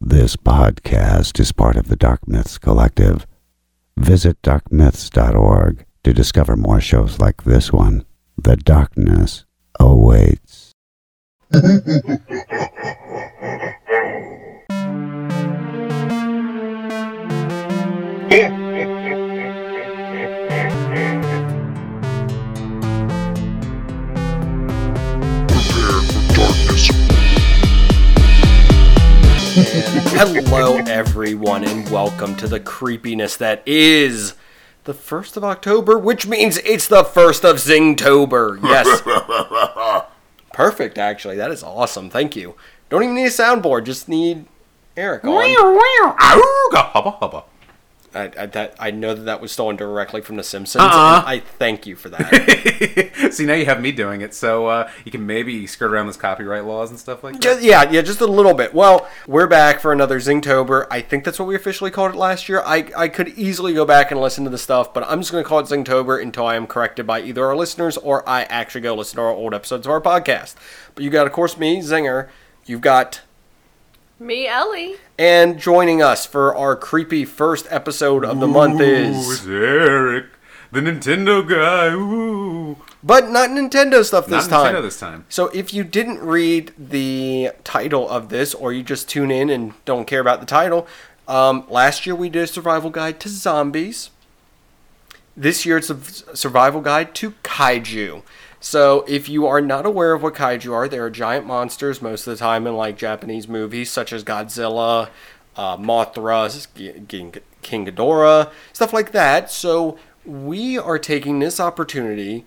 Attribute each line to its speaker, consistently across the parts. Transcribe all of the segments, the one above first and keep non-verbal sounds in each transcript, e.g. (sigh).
Speaker 1: This podcast is part of the Dark Myths Collective. Visit darkmyths.org to discover more shows like this one. The darkness awaits.
Speaker 2: Hello, everyone, and welcome to the creepiness that is the 1st of October, which means it's the 1st of Zingtober. Yes. Perfect, actually. That is awesome. Thank you. Don't even need a soundboard, just need Eric on.
Speaker 3: Auga, hubba, hubba. (laughs)
Speaker 2: I, I, that, I know that that was stolen directly from The Simpsons, and I thank you for that.
Speaker 3: See, now you have me doing it, so uh, you can maybe skirt around those copyright laws and stuff like that.
Speaker 2: Just- yeah, yeah, just a little bit. Well, we're back for another Zingtober. I think that's what we officially called it last year. I, I could easily go back and listen to the stuff, but I'm just going to call it Zingtober until I am corrected by either our listeners or I actually go listen to our old episodes of our podcast. But you got, of course, me, Zinger. You've got
Speaker 4: Me, Ellie.
Speaker 2: and joining us for our creepy first episode of the month
Speaker 3: Ooh, it's
Speaker 2: is,
Speaker 3: Eric, the Nintendo guy. Ooh.
Speaker 2: but not Nintendo stuff
Speaker 3: Not
Speaker 2: this
Speaker 3: Nintendo
Speaker 2: time.
Speaker 3: this time.
Speaker 2: So if you didn't read the title of this, or you just tune in and don't care about the title, um, last year we did a survival guide to zombies. This year it's a v- survival guide to kaiju. So if you are not aware of what kaiju are, they are giant monsters most of the time in like Japanese movies such as Godzilla, uh, Mothra, G- King, King Ghidorah, stuff like that. So we are taking this opportunity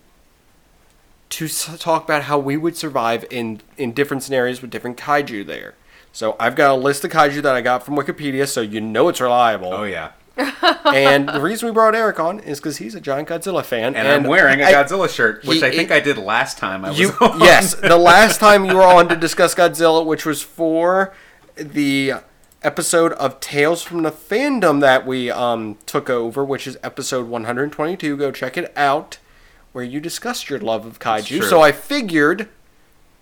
Speaker 2: to s- talk about how we would survive in in different scenarios with different kaiju there. So I've got a list of kaiju that I got from Wikipedia, so you know it's reliable.
Speaker 3: Oh, yeah.
Speaker 2: and the reason we brought Eric on is because he's a giant Godzilla fan,
Speaker 3: And, I'm wearing a
Speaker 2: I-
Speaker 3: Godzilla shirt, which
Speaker 2: He-
Speaker 3: I think
Speaker 2: it-
Speaker 3: I did last time I was
Speaker 2: You
Speaker 3: on.
Speaker 2: yes, the last time you were on to discuss Godzilla, which was for the episode of Tales from the Fandom that we um took over, which is episode 122. Go check it out, where you discussed your love of kaiju.
Speaker 3: true.
Speaker 2: So I figured,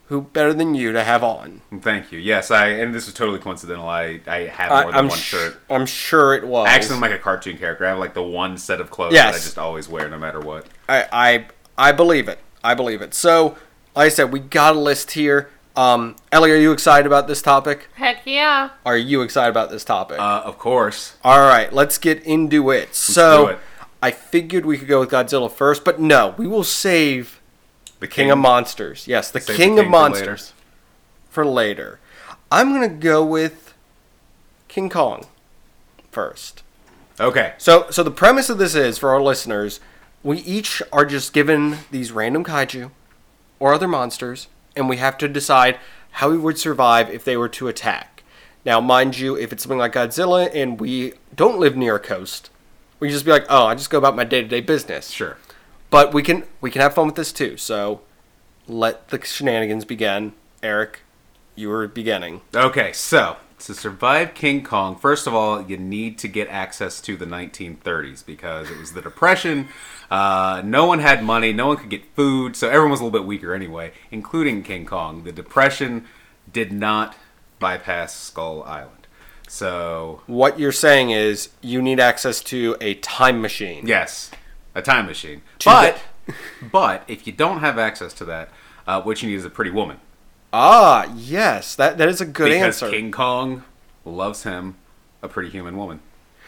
Speaker 2: who better than you to have on?
Speaker 3: (laughs) Thank you. Yes, I and this was totally coincidental. I, I have more
Speaker 2: I,
Speaker 3: than
Speaker 2: am
Speaker 3: one shirt.
Speaker 2: I'm sure it was.
Speaker 3: Actually, I'm like a cartoon character. I have like the one set of clothes that I
Speaker 2: Yes.
Speaker 3: just always wear no matter what.
Speaker 2: I, I I believe it. I believe it. So, like I said, we got a list here. Um, Ellie, are you excited about this topic?
Speaker 4: Heck yeah.
Speaker 2: Are you excited about this topic?
Speaker 3: Uh, of course.
Speaker 2: All right, let's get into it. so,
Speaker 3: do it.
Speaker 2: I figured we could go with Godzilla first, but no, we will save
Speaker 3: The king,
Speaker 2: King, of Monsters. Yes, the
Speaker 3: save
Speaker 2: King,
Speaker 3: the
Speaker 2: of
Speaker 3: king for later.
Speaker 2: Monsters for later. I'm gonna go with King Kong first.
Speaker 3: Okay.
Speaker 2: So, so the premise of this is for our listeners, we each are just given these random kaiju or other monsters, and we have to decide how we would survive if they were to attack. Now, mind you, if it's something like Godzilla and we don't live near a coast, we can just be like, "Oh, I just go about my day-to-day business."
Speaker 3: Sure.
Speaker 2: But we can we can have fun with this too. So, let the shenanigans begin. Eric, you were beginning.
Speaker 3: Okay, so to survive King Kong, first of all, you need to get access to the 1930s because it was the Depression. Uh, no one had money, no one could get food, so everyone was a little bit weaker anyway, including King Kong. The Depression did not bypass Skull Island. So,
Speaker 2: What you're saying is you need access to a time machine.
Speaker 3: yes, a time machine.
Speaker 2: the-
Speaker 3: But, but if you don't have access to that, uh, what you need is a pretty woman.
Speaker 2: Ah, yes, that that is a good
Speaker 3: because
Speaker 2: answer.
Speaker 3: King Kong loves him a pretty human woman.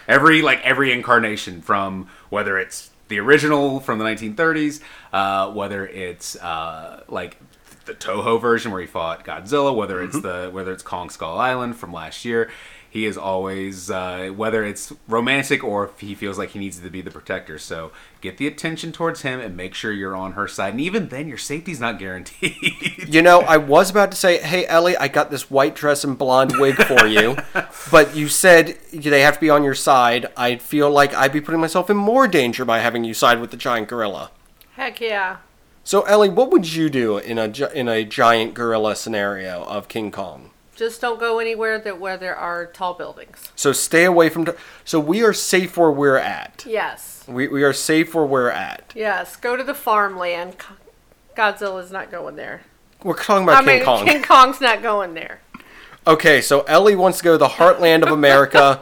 Speaker 3: Every like every incarnation from whether it's the original from the 1930s, uh, whether it's uh, like the Toho version where he fought Godzilla, whether it's
Speaker 2: Mm-hmm.
Speaker 3: the whether it's Kong Skull Island from last year, he is always uh, whether it's romantic or if he feels like he needs to be the protector. So get the attention towards him and make sure you're on her side. And even then, your safety's not guaranteed. (laughs)
Speaker 2: You know, I was about to say, "Hey Ellie, I got this white dress and blonde wig for
Speaker 3: (laughs)
Speaker 2: you," but you said they have to be on your side. I feel like I'd be putting myself in more danger by having you side with the giant gorilla.
Speaker 4: Heck yeah.
Speaker 2: So Ellie, what would you do in a gi- in a giant gorilla scenario of King Kong?
Speaker 4: Just don't go anywhere that where there are tall buildings.
Speaker 2: So stay away from. t- So we are safe where we're at.
Speaker 4: Yes.
Speaker 2: We we are safe where we're at.
Speaker 4: Yes. Go to the farmland. Co- Godzilla's not going there.
Speaker 2: We're talking about
Speaker 4: I
Speaker 2: King
Speaker 4: mean,
Speaker 2: Kong.
Speaker 4: King Kong's not going there.
Speaker 2: Okay, so Ellie wants to go to the heartland of America.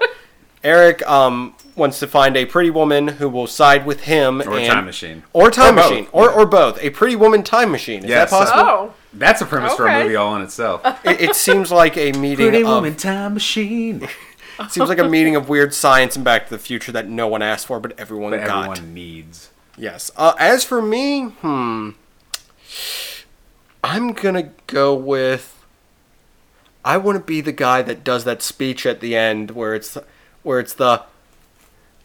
Speaker 2: Eric um, wants to find a pretty woman who will side with him.
Speaker 3: Or a
Speaker 2: and,
Speaker 3: time machine.
Speaker 2: Or time
Speaker 3: Or both.
Speaker 2: machine. Or, or both. A pretty woman time machine. Is
Speaker 3: Yes.
Speaker 2: that
Speaker 4: (laughs)
Speaker 2: possible?
Speaker 4: Oh,
Speaker 3: That's a premise for a
Speaker 4: Okay.
Speaker 3: movie all in
Speaker 2: (laughs)
Speaker 3: itself.
Speaker 2: It, it seems like a meeting
Speaker 3: Pretty
Speaker 2: of,
Speaker 3: woman, time machine.
Speaker 2: it seems like a meeting of weird science and Back to the Future that no one asked for, but everyone
Speaker 3: That
Speaker 2: got.
Speaker 3: everyone needs.
Speaker 2: Yes. Uh, as for me, hmm, I'm gonna go with. I want to be the guy that does that speech at the end, where it's, where it's the.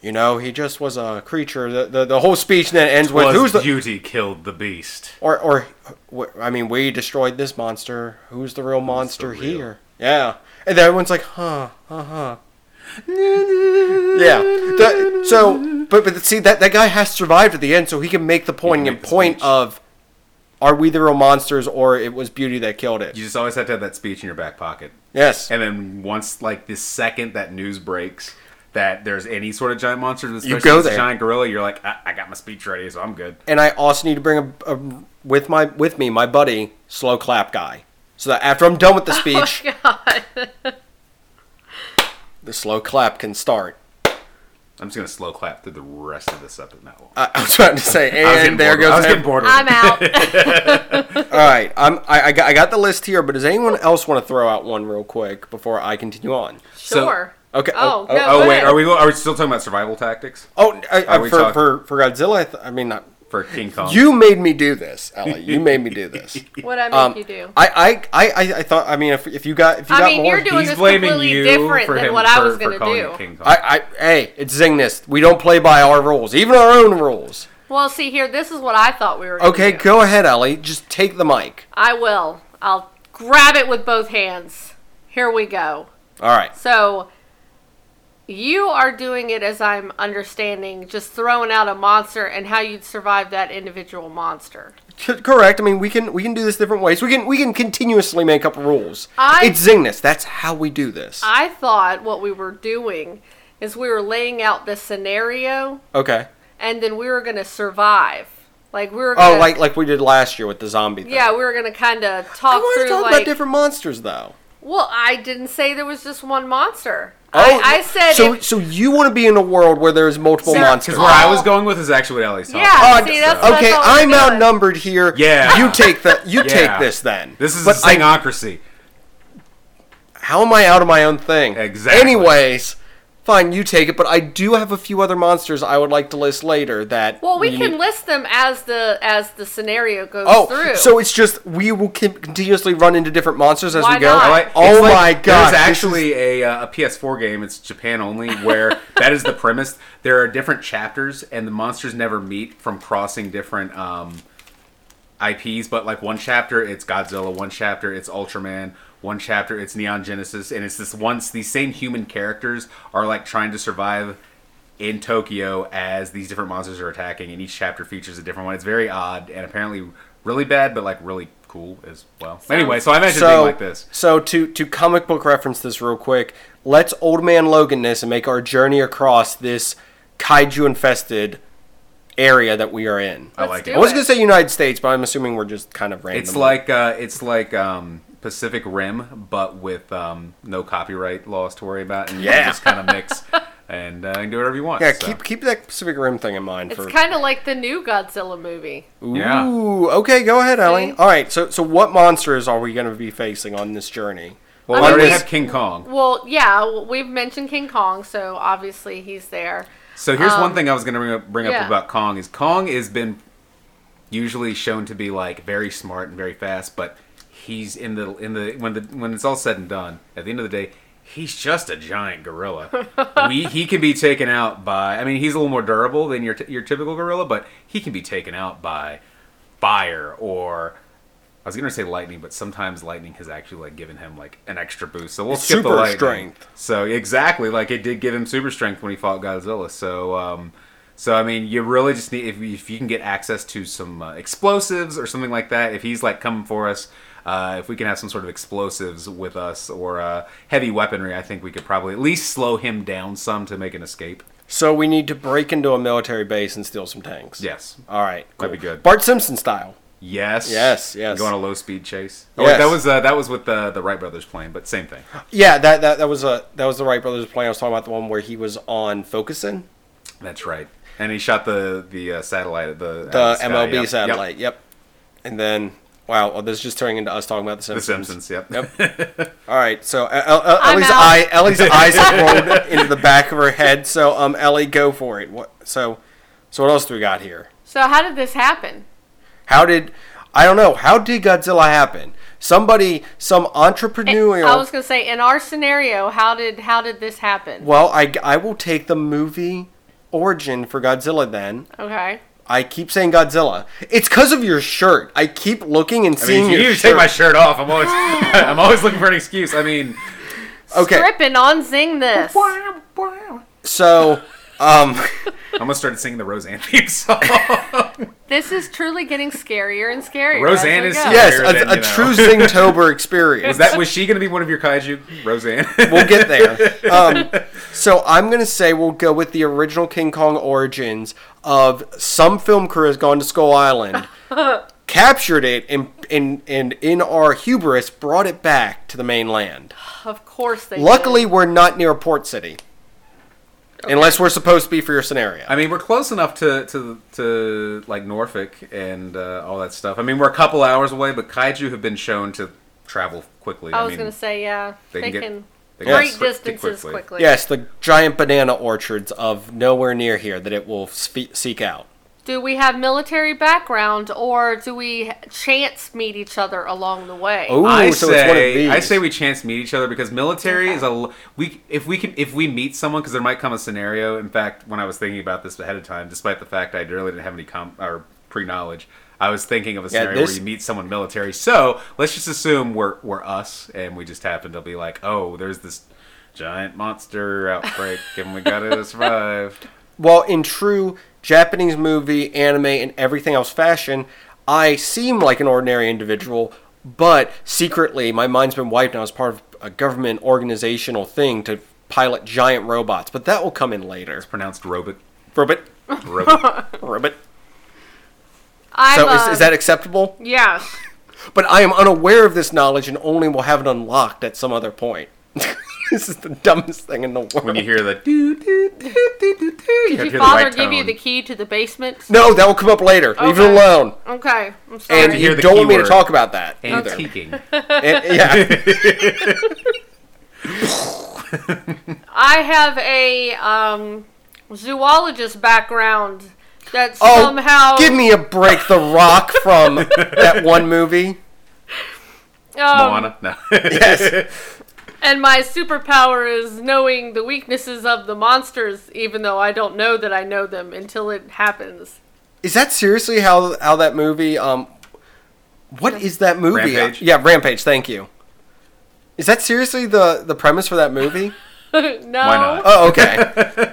Speaker 2: You know, he just was a creature. The the, the whole speech then ends with
Speaker 3: Was
Speaker 2: who's the
Speaker 3: beauty killed the beast?
Speaker 2: or or wh- I mean, we destroyed this monster. Who's the real monster
Speaker 3: real?
Speaker 2: here? Yeah, and then everyone's like, huh, uh huh. yeah. That- so, but but see that that guy has survived at the end, so he can make the point
Speaker 3: make
Speaker 2: and
Speaker 3: the
Speaker 2: point
Speaker 3: speech.
Speaker 2: of, are we the real monsters or it was beauty that killed it?
Speaker 3: You just always have to have that speech in your back pocket.
Speaker 2: yes.
Speaker 3: And then once, like the second that news breaks that there's any sort of giant monster, especially
Speaker 2: go
Speaker 3: if it's
Speaker 2: there.
Speaker 3: a giant gorilla, you're like, I-, I got my speech ready, so I'm good.
Speaker 2: and I also need to bring a, a with my with me my buddy slow clap guy, so that after I'm done with the speech, the slow clap can start.
Speaker 3: I'm just gonna slow clap through the rest of this episode. No.
Speaker 2: I, I was trying to say,
Speaker 3: (laughs) I was getting
Speaker 2: and there
Speaker 3: bored with- I
Speaker 2: goes
Speaker 3: was
Speaker 2: him.
Speaker 3: getting bored. with it.
Speaker 4: I'm
Speaker 2: (laughs)
Speaker 4: out.
Speaker 2: All right, I'm, I, I, got, I got the list here, but does anyone else want to throw out one real quick before I continue on?
Speaker 3: So-
Speaker 4: Sure.
Speaker 2: Okay.
Speaker 4: Oh,
Speaker 2: oh,
Speaker 4: no,
Speaker 3: Oh
Speaker 4: go
Speaker 3: wait,
Speaker 4: ahead.
Speaker 3: are we are we still talking about survival tactics
Speaker 2: Oh, I, I,
Speaker 3: Are we Oh.
Speaker 2: for,
Speaker 3: talking-
Speaker 2: for, for Godzilla, I, th- I mean, not,
Speaker 3: for King Kong?
Speaker 2: you made me do this, Ellie.
Speaker 3: (laughs)
Speaker 2: You made me do this.
Speaker 4: What I make
Speaker 2: Um,
Speaker 4: you do?
Speaker 2: I, I, I, I, I thought. I mean, if, if you got, if you
Speaker 4: I
Speaker 2: got
Speaker 4: mean,
Speaker 2: more,
Speaker 4: you're doing
Speaker 3: He's
Speaker 4: this
Speaker 3: blaming
Speaker 4: completely
Speaker 3: you
Speaker 4: different
Speaker 3: for
Speaker 4: than
Speaker 3: him
Speaker 4: what
Speaker 3: for,
Speaker 4: I was
Speaker 3: for
Speaker 4: gonna
Speaker 3: calling
Speaker 4: do.
Speaker 3: it King Kong.
Speaker 2: I, I, hey, it's Zingness. We don't play by our rules, even our own rules.
Speaker 4: Well, see here, this is what I thought we were. gonna
Speaker 2: Okay,
Speaker 4: do.
Speaker 2: go ahead, Ellie. Just take the mic.
Speaker 4: I will. I'll grab it with both hands. Here we go.
Speaker 2: All right.
Speaker 4: So you are doing it as I'm understanding, just throwing out a monster and how you'd survive that individual monster.
Speaker 2: C- correct. I mean, we can we can do this different ways. We can we can continuously make up rules.
Speaker 4: I-
Speaker 2: it's Zingness. That's how we do this.
Speaker 4: I thought what we were doing is we were laying out the scenario
Speaker 2: okay.
Speaker 4: and then we were going to survive. Like we were
Speaker 2: Oh,
Speaker 4: gonna,
Speaker 2: like like we did last year with the zombie. Thing.
Speaker 4: yeah, we were going to kind of
Speaker 2: I
Speaker 4: talk
Speaker 2: want
Speaker 4: through
Speaker 2: to talk
Speaker 4: like
Speaker 2: about different monsters though.
Speaker 4: Well, I didn't say there was just one monster. I, I said
Speaker 2: Oh, so.
Speaker 4: if-
Speaker 2: So you want to be in a world where there's multiple
Speaker 4: Sir,
Speaker 2: monsters?
Speaker 3: Because where I was going with is actually what Ellie's talking.
Speaker 4: Yeah.
Speaker 3: about.
Speaker 2: Oh,
Speaker 4: See, that's what I
Speaker 2: okay,
Speaker 4: thought we
Speaker 2: I'm
Speaker 4: were doing.
Speaker 2: outnumbered here.
Speaker 3: Yeah.
Speaker 2: you take the
Speaker 3: (laughs)
Speaker 2: you
Speaker 3: Yeah.
Speaker 2: take this then.
Speaker 3: This is
Speaker 2: but
Speaker 3: a
Speaker 2: I,
Speaker 3: syngocracy.
Speaker 2: how am I out of my own thing?
Speaker 3: Exactly.
Speaker 2: Anyways, fine, you take it. But I do have a few other monsters I would like to list later. That
Speaker 4: well, we
Speaker 2: need-
Speaker 4: can list them as the as the scenario goes
Speaker 2: Oh,
Speaker 4: through.
Speaker 2: so it's just we will con- continuously run into different monsters as
Speaker 4: Why
Speaker 2: we go.
Speaker 4: not?
Speaker 3: I like-
Speaker 2: Oh
Speaker 3: it's like-
Speaker 2: my god!
Speaker 3: There's
Speaker 2: this is-
Speaker 3: actually a, uh, a PS4 game. It's Japan only,
Speaker 2: (laughs)
Speaker 3: where that is the premise. There are different chapters, and the monsters never meet from crossing different um, IPs. But like one chapter, it's Godzilla. One chapter, it's Ultraman. One chapter, it's Neon Genesis, and it's this once these same human characters are like trying to survive in Tokyo as these different monsters are attacking, and each chapter features a different one. It's very odd and apparently really bad, but like really cool as well. anyway, so I imagine it being like this.
Speaker 2: So to to comic book reference this real quick, let's old man Logan this and make our journey across this kaiju infested area that we are in.
Speaker 3: I
Speaker 4: Let's
Speaker 3: like
Speaker 4: do
Speaker 3: it.
Speaker 2: I was gonna say United States, but I'm assuming we're just kind of random.
Speaker 3: It's like uh, it's like um, Pacific Rim, but with um, no copyright laws to worry about, and you
Speaker 2: Yeah.
Speaker 3: can just kind of mix (laughs) and, uh, and do whatever you want.
Speaker 2: yeah,
Speaker 3: so.
Speaker 2: keep keep that Pacific Rim thing in mind
Speaker 4: it's
Speaker 2: for.
Speaker 4: kind of like the new Godzilla movie.
Speaker 3: yeah.
Speaker 2: Ooh, okay, go ahead, Ellie.
Speaker 4: See?
Speaker 2: All right, so so what monsters are we gonna be facing on this journey?
Speaker 3: Well,
Speaker 4: I
Speaker 3: we
Speaker 4: mean,
Speaker 3: already
Speaker 4: we-
Speaker 3: have King Kong.
Speaker 4: Well, yeah, w- we've mentioned King Kong, so obviously he's there.
Speaker 3: So here's one thing I was going to bring up, bring up
Speaker 4: Um, yeah.
Speaker 3: about Kong is Kong has been usually shown to be like very smart and very fast, but he's in the in the when the when it's all said and done, at the end of the day, he's just a giant
Speaker 4: (laughs)
Speaker 3: gorilla. we, he can be taken out by I mean, he's a little more durable than your t- your typical gorilla, but he can be taken out by fire or I was gonna say lightning, but sometimes lightning has actually like given him like an extra boost. So we'll skip the
Speaker 2: super
Speaker 3: lightning.
Speaker 2: strength.
Speaker 3: So exactly, like it did give him super strength when he fought Godzilla. So, um, so I mean, you really just need if, if you can get access to some uh, explosives or something like that. If he's like coming for us, uh, if we can have some sort of explosives with us or uh, heavy weaponry, I think we could probably at least slow him down some to make an escape.
Speaker 2: So we need to break into a military base and steal some tanks.
Speaker 3: Yes.
Speaker 2: All right.
Speaker 3: Might be good.
Speaker 2: Bart Simpson style.
Speaker 3: Yes.
Speaker 2: Yes, yes.
Speaker 3: Go on a low speed chase. Oh,
Speaker 2: Yes.
Speaker 3: wait, that was uh, that was with the the Wright brothers plane, but same thing.
Speaker 2: Yeah, that, that that was a that was the Wright brothers plane. I was talking about the one where he was on Focusin,
Speaker 3: That's right. And he shot the the uh, satellite at the
Speaker 2: the
Speaker 3: out of sky.
Speaker 2: MLB
Speaker 3: Yep, yep.
Speaker 2: satellite. Yep. And then wow, well, this is just turning into us talking about the
Speaker 3: The
Speaker 2: Simpsons.
Speaker 3: Simpsons. Yep.
Speaker 2: All right, so El- El-
Speaker 4: I'm
Speaker 2: Ellie's
Speaker 4: out.
Speaker 2: eye Ellie's eyes have rolled into the back of her head. So um, Ellie, go for it. What so so what else do we got here?
Speaker 4: So how did this happen?
Speaker 2: How did I don't know? How did Godzilla happen? Somebody, some entrepreneurial.
Speaker 4: I was gonna say in our scenario, how did how did this happen?
Speaker 2: well, I I will take the movie origin for Godzilla then.
Speaker 4: Okay.
Speaker 2: I keep saying Godzilla. It's because of your shirt. I keep looking and
Speaker 3: (laughs) I
Speaker 2: seeing
Speaker 3: mean, you
Speaker 2: your
Speaker 3: you
Speaker 2: shirt.
Speaker 3: take my shirt off.
Speaker 2: (laughs)
Speaker 3: I'm always (laughs) I'm always looking for an excuse. I mean,
Speaker 2: okay,
Speaker 4: Stripping on Zing this.
Speaker 3: (laughs)
Speaker 2: so um,
Speaker 3: I almost started singing the Roseanne (laughs) theme song.
Speaker 4: This is truly getting scarier and scarier.
Speaker 3: Roseanne
Speaker 4: as
Speaker 3: is
Speaker 4: we go.
Speaker 3: scary.
Speaker 2: yes,
Speaker 3: Higher than,
Speaker 2: a, a
Speaker 3: you know.
Speaker 2: true
Speaker 3: (laughs)
Speaker 2: Zingtober experience.
Speaker 3: Was that was she going to be one of your kaiju, Roseanne? (laughs)
Speaker 2: we'll get there. Um, so I'm gonna say we'll go with the original King Kong origins of some film crew has gone to Skull Island, captured it, and and and in our hubris brought it back to the mainland.
Speaker 4: Of course they.
Speaker 2: Luckily, we're not near a port city, unless we're supposed to be for your scenario.
Speaker 3: I mean, we're close enough to to to like Norfolk and uh, all that stuff. I mean, we're a couple hours away, but kaiju have been shown to travel quickly.
Speaker 4: did. I was
Speaker 3: mean,
Speaker 4: gonna say yeah. They, can,
Speaker 3: they
Speaker 4: great
Speaker 3: get pretty
Speaker 4: distances quickly.
Speaker 2: yes, the giant banana orchards of nowhere near here that it will spe- seek out.
Speaker 4: Do we have military background or do we chance meet each other along the way?
Speaker 2: Oh,
Speaker 3: I
Speaker 2: so
Speaker 3: say,
Speaker 2: it's one of these.
Speaker 3: I say we chance meet each other because military is a l- we if we can if we meet someone because there might come a scenario. In fact, when I was thinking about this ahead of time, despite the fact I really didn't have any com or pre knowledge, I was thinking of a scenario
Speaker 2: this-
Speaker 3: where you meet someone military. So let's just assume we're we're us and we just happen to be like, oh, there's this giant monster outbreak and
Speaker 2: (laughs)
Speaker 3: we gotta survive.
Speaker 2: well, in true Japanese movie, anime, and everything else fashion, I seem like an ordinary individual, but secretly my mind's been wiped and I was part of a government organizational thing to pilot giant robots, but that will come in later.
Speaker 3: Pronounced robot.
Speaker 2: Robot, (laughs)
Speaker 3: Robot.
Speaker 2: robot.
Speaker 4: I'm,
Speaker 2: So is,
Speaker 4: uh,
Speaker 2: is that acceptable?
Speaker 4: Yeah.
Speaker 2: But I am unaware of this knowledge and only will have it unlocked at some other point. (laughs) this is the dumbest thing in the world.
Speaker 3: when you hear the doo doo doo doo doo doo, you
Speaker 4: Did
Speaker 3: have to
Speaker 4: your
Speaker 3: hear the
Speaker 4: father
Speaker 3: right
Speaker 4: give you
Speaker 3: tone.
Speaker 4: the key to the basement?
Speaker 2: no, that will come up later. Leave it
Speaker 4: Okay.
Speaker 2: alone.
Speaker 4: Okay. I'm sorry.
Speaker 2: And
Speaker 3: to
Speaker 2: you
Speaker 3: hear the
Speaker 2: don't want me to
Speaker 3: keyword.
Speaker 2: talk about that either.
Speaker 3: antiquing.
Speaker 2: And-
Speaker 3: (laughs)
Speaker 2: yeah.
Speaker 4: I have a um, zoologist background that
Speaker 2: Oh,
Speaker 4: somehow
Speaker 2: give me a break. The Rock from that one movie. Oh.
Speaker 4: um,
Speaker 3: Moana. No. (laughs)
Speaker 4: And my superpower is knowing the weaknesses of the monsters, even though I don't know that I know them until it happens. (laughs)
Speaker 2: Is that seriously how how that movie? Um, what is that movie?
Speaker 3: Rampage?
Speaker 2: Yeah, Rampage. Thank you. Is that seriously the the premise for that movie?
Speaker 4: no.
Speaker 3: not?
Speaker 2: Oh, okay.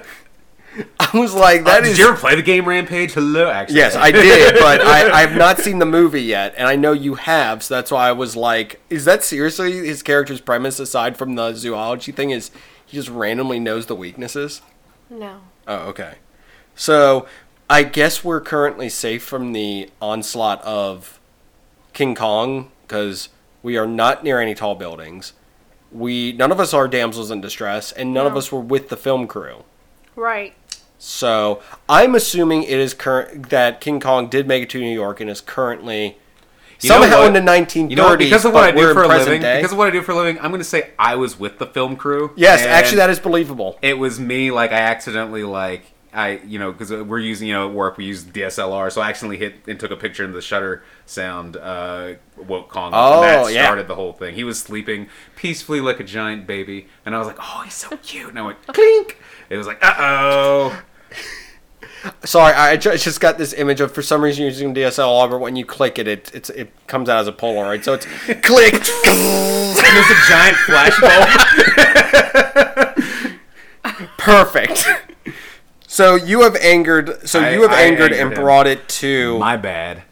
Speaker 2: I was like, that
Speaker 3: Uh, Did
Speaker 2: is.
Speaker 3: you ever play the game Rampage? Hello,
Speaker 2: (laughs)
Speaker 3: actually.
Speaker 2: yes, I did, but I, I have not seen the movie yet, and I know you have, so that's why I was like, is that seriously his character's premise aside from the zoology thing? Is he just randomly knows the weaknesses?
Speaker 4: No.
Speaker 2: Oh, okay. So I guess we're currently safe from the onslaught of King Kong because we are not near any tall buildings. We none of us are damsels in distress, and none of
Speaker 4: No.
Speaker 2: us were with the film crew.
Speaker 4: Right.
Speaker 2: So I'm assuming it is current that King Kong did make it to New York and is currently
Speaker 3: You know
Speaker 2: somehow
Speaker 3: what?
Speaker 2: in the 1930s.
Speaker 3: You know what? Because of what
Speaker 2: but
Speaker 3: I
Speaker 2: we're
Speaker 3: do
Speaker 2: in
Speaker 3: for a
Speaker 2: present
Speaker 3: living,
Speaker 2: day.
Speaker 3: because of what I do for a living, I'm going to say I was with the film crew.
Speaker 2: yes,
Speaker 3: and
Speaker 2: actually, that is believable.
Speaker 3: it was me. Like I accidentally like I you know because we're using you know at work we use DSLR, so I accidentally hit and took a picture and the shutter sound uh, woke Kong up, and
Speaker 2: Oh,
Speaker 3: that
Speaker 2: yeah.
Speaker 3: started the whole thing. He was sleeping peacefully like a giant baby, and I was like, oh, he's so cute, and I went clink. It was like, uh oh.
Speaker 2: Sorry, I ju- just got this image of for some reason you're using DSLR, but when you click it, it it's, it comes out as a Polaroid.
Speaker 3: (laughs)
Speaker 2: So it's click.
Speaker 3: And there's a
Speaker 2: (laughs)
Speaker 3: giant flash bulb.
Speaker 2: Perfect. So you have angered. So
Speaker 3: I-
Speaker 2: you have
Speaker 3: I
Speaker 2: angered, and
Speaker 3: angered him.
Speaker 2: brought it to
Speaker 3: My bad.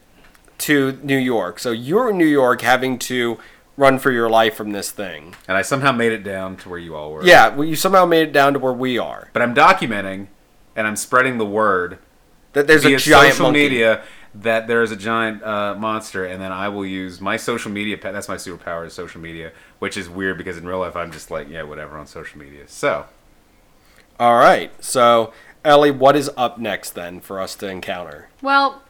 Speaker 2: to New York. So you're in New York, having to run for your life from this thing.
Speaker 3: And I somehow made it down to where you all were.
Speaker 2: Yeah, well, you somehow made it down to where we are.
Speaker 3: But I'm documenting and I'm spreading the word
Speaker 2: That there's a
Speaker 3: via
Speaker 2: giant
Speaker 3: social
Speaker 2: monkey.
Speaker 3: media that there is a giant uh, monster, and then I will use my social media. pa- That's my superpower is social media, which is weird because in real life I'm just like, yeah, whatever on social media. So
Speaker 2: All right. So, Ellie, what is up next then for us to encounter?
Speaker 4: Well,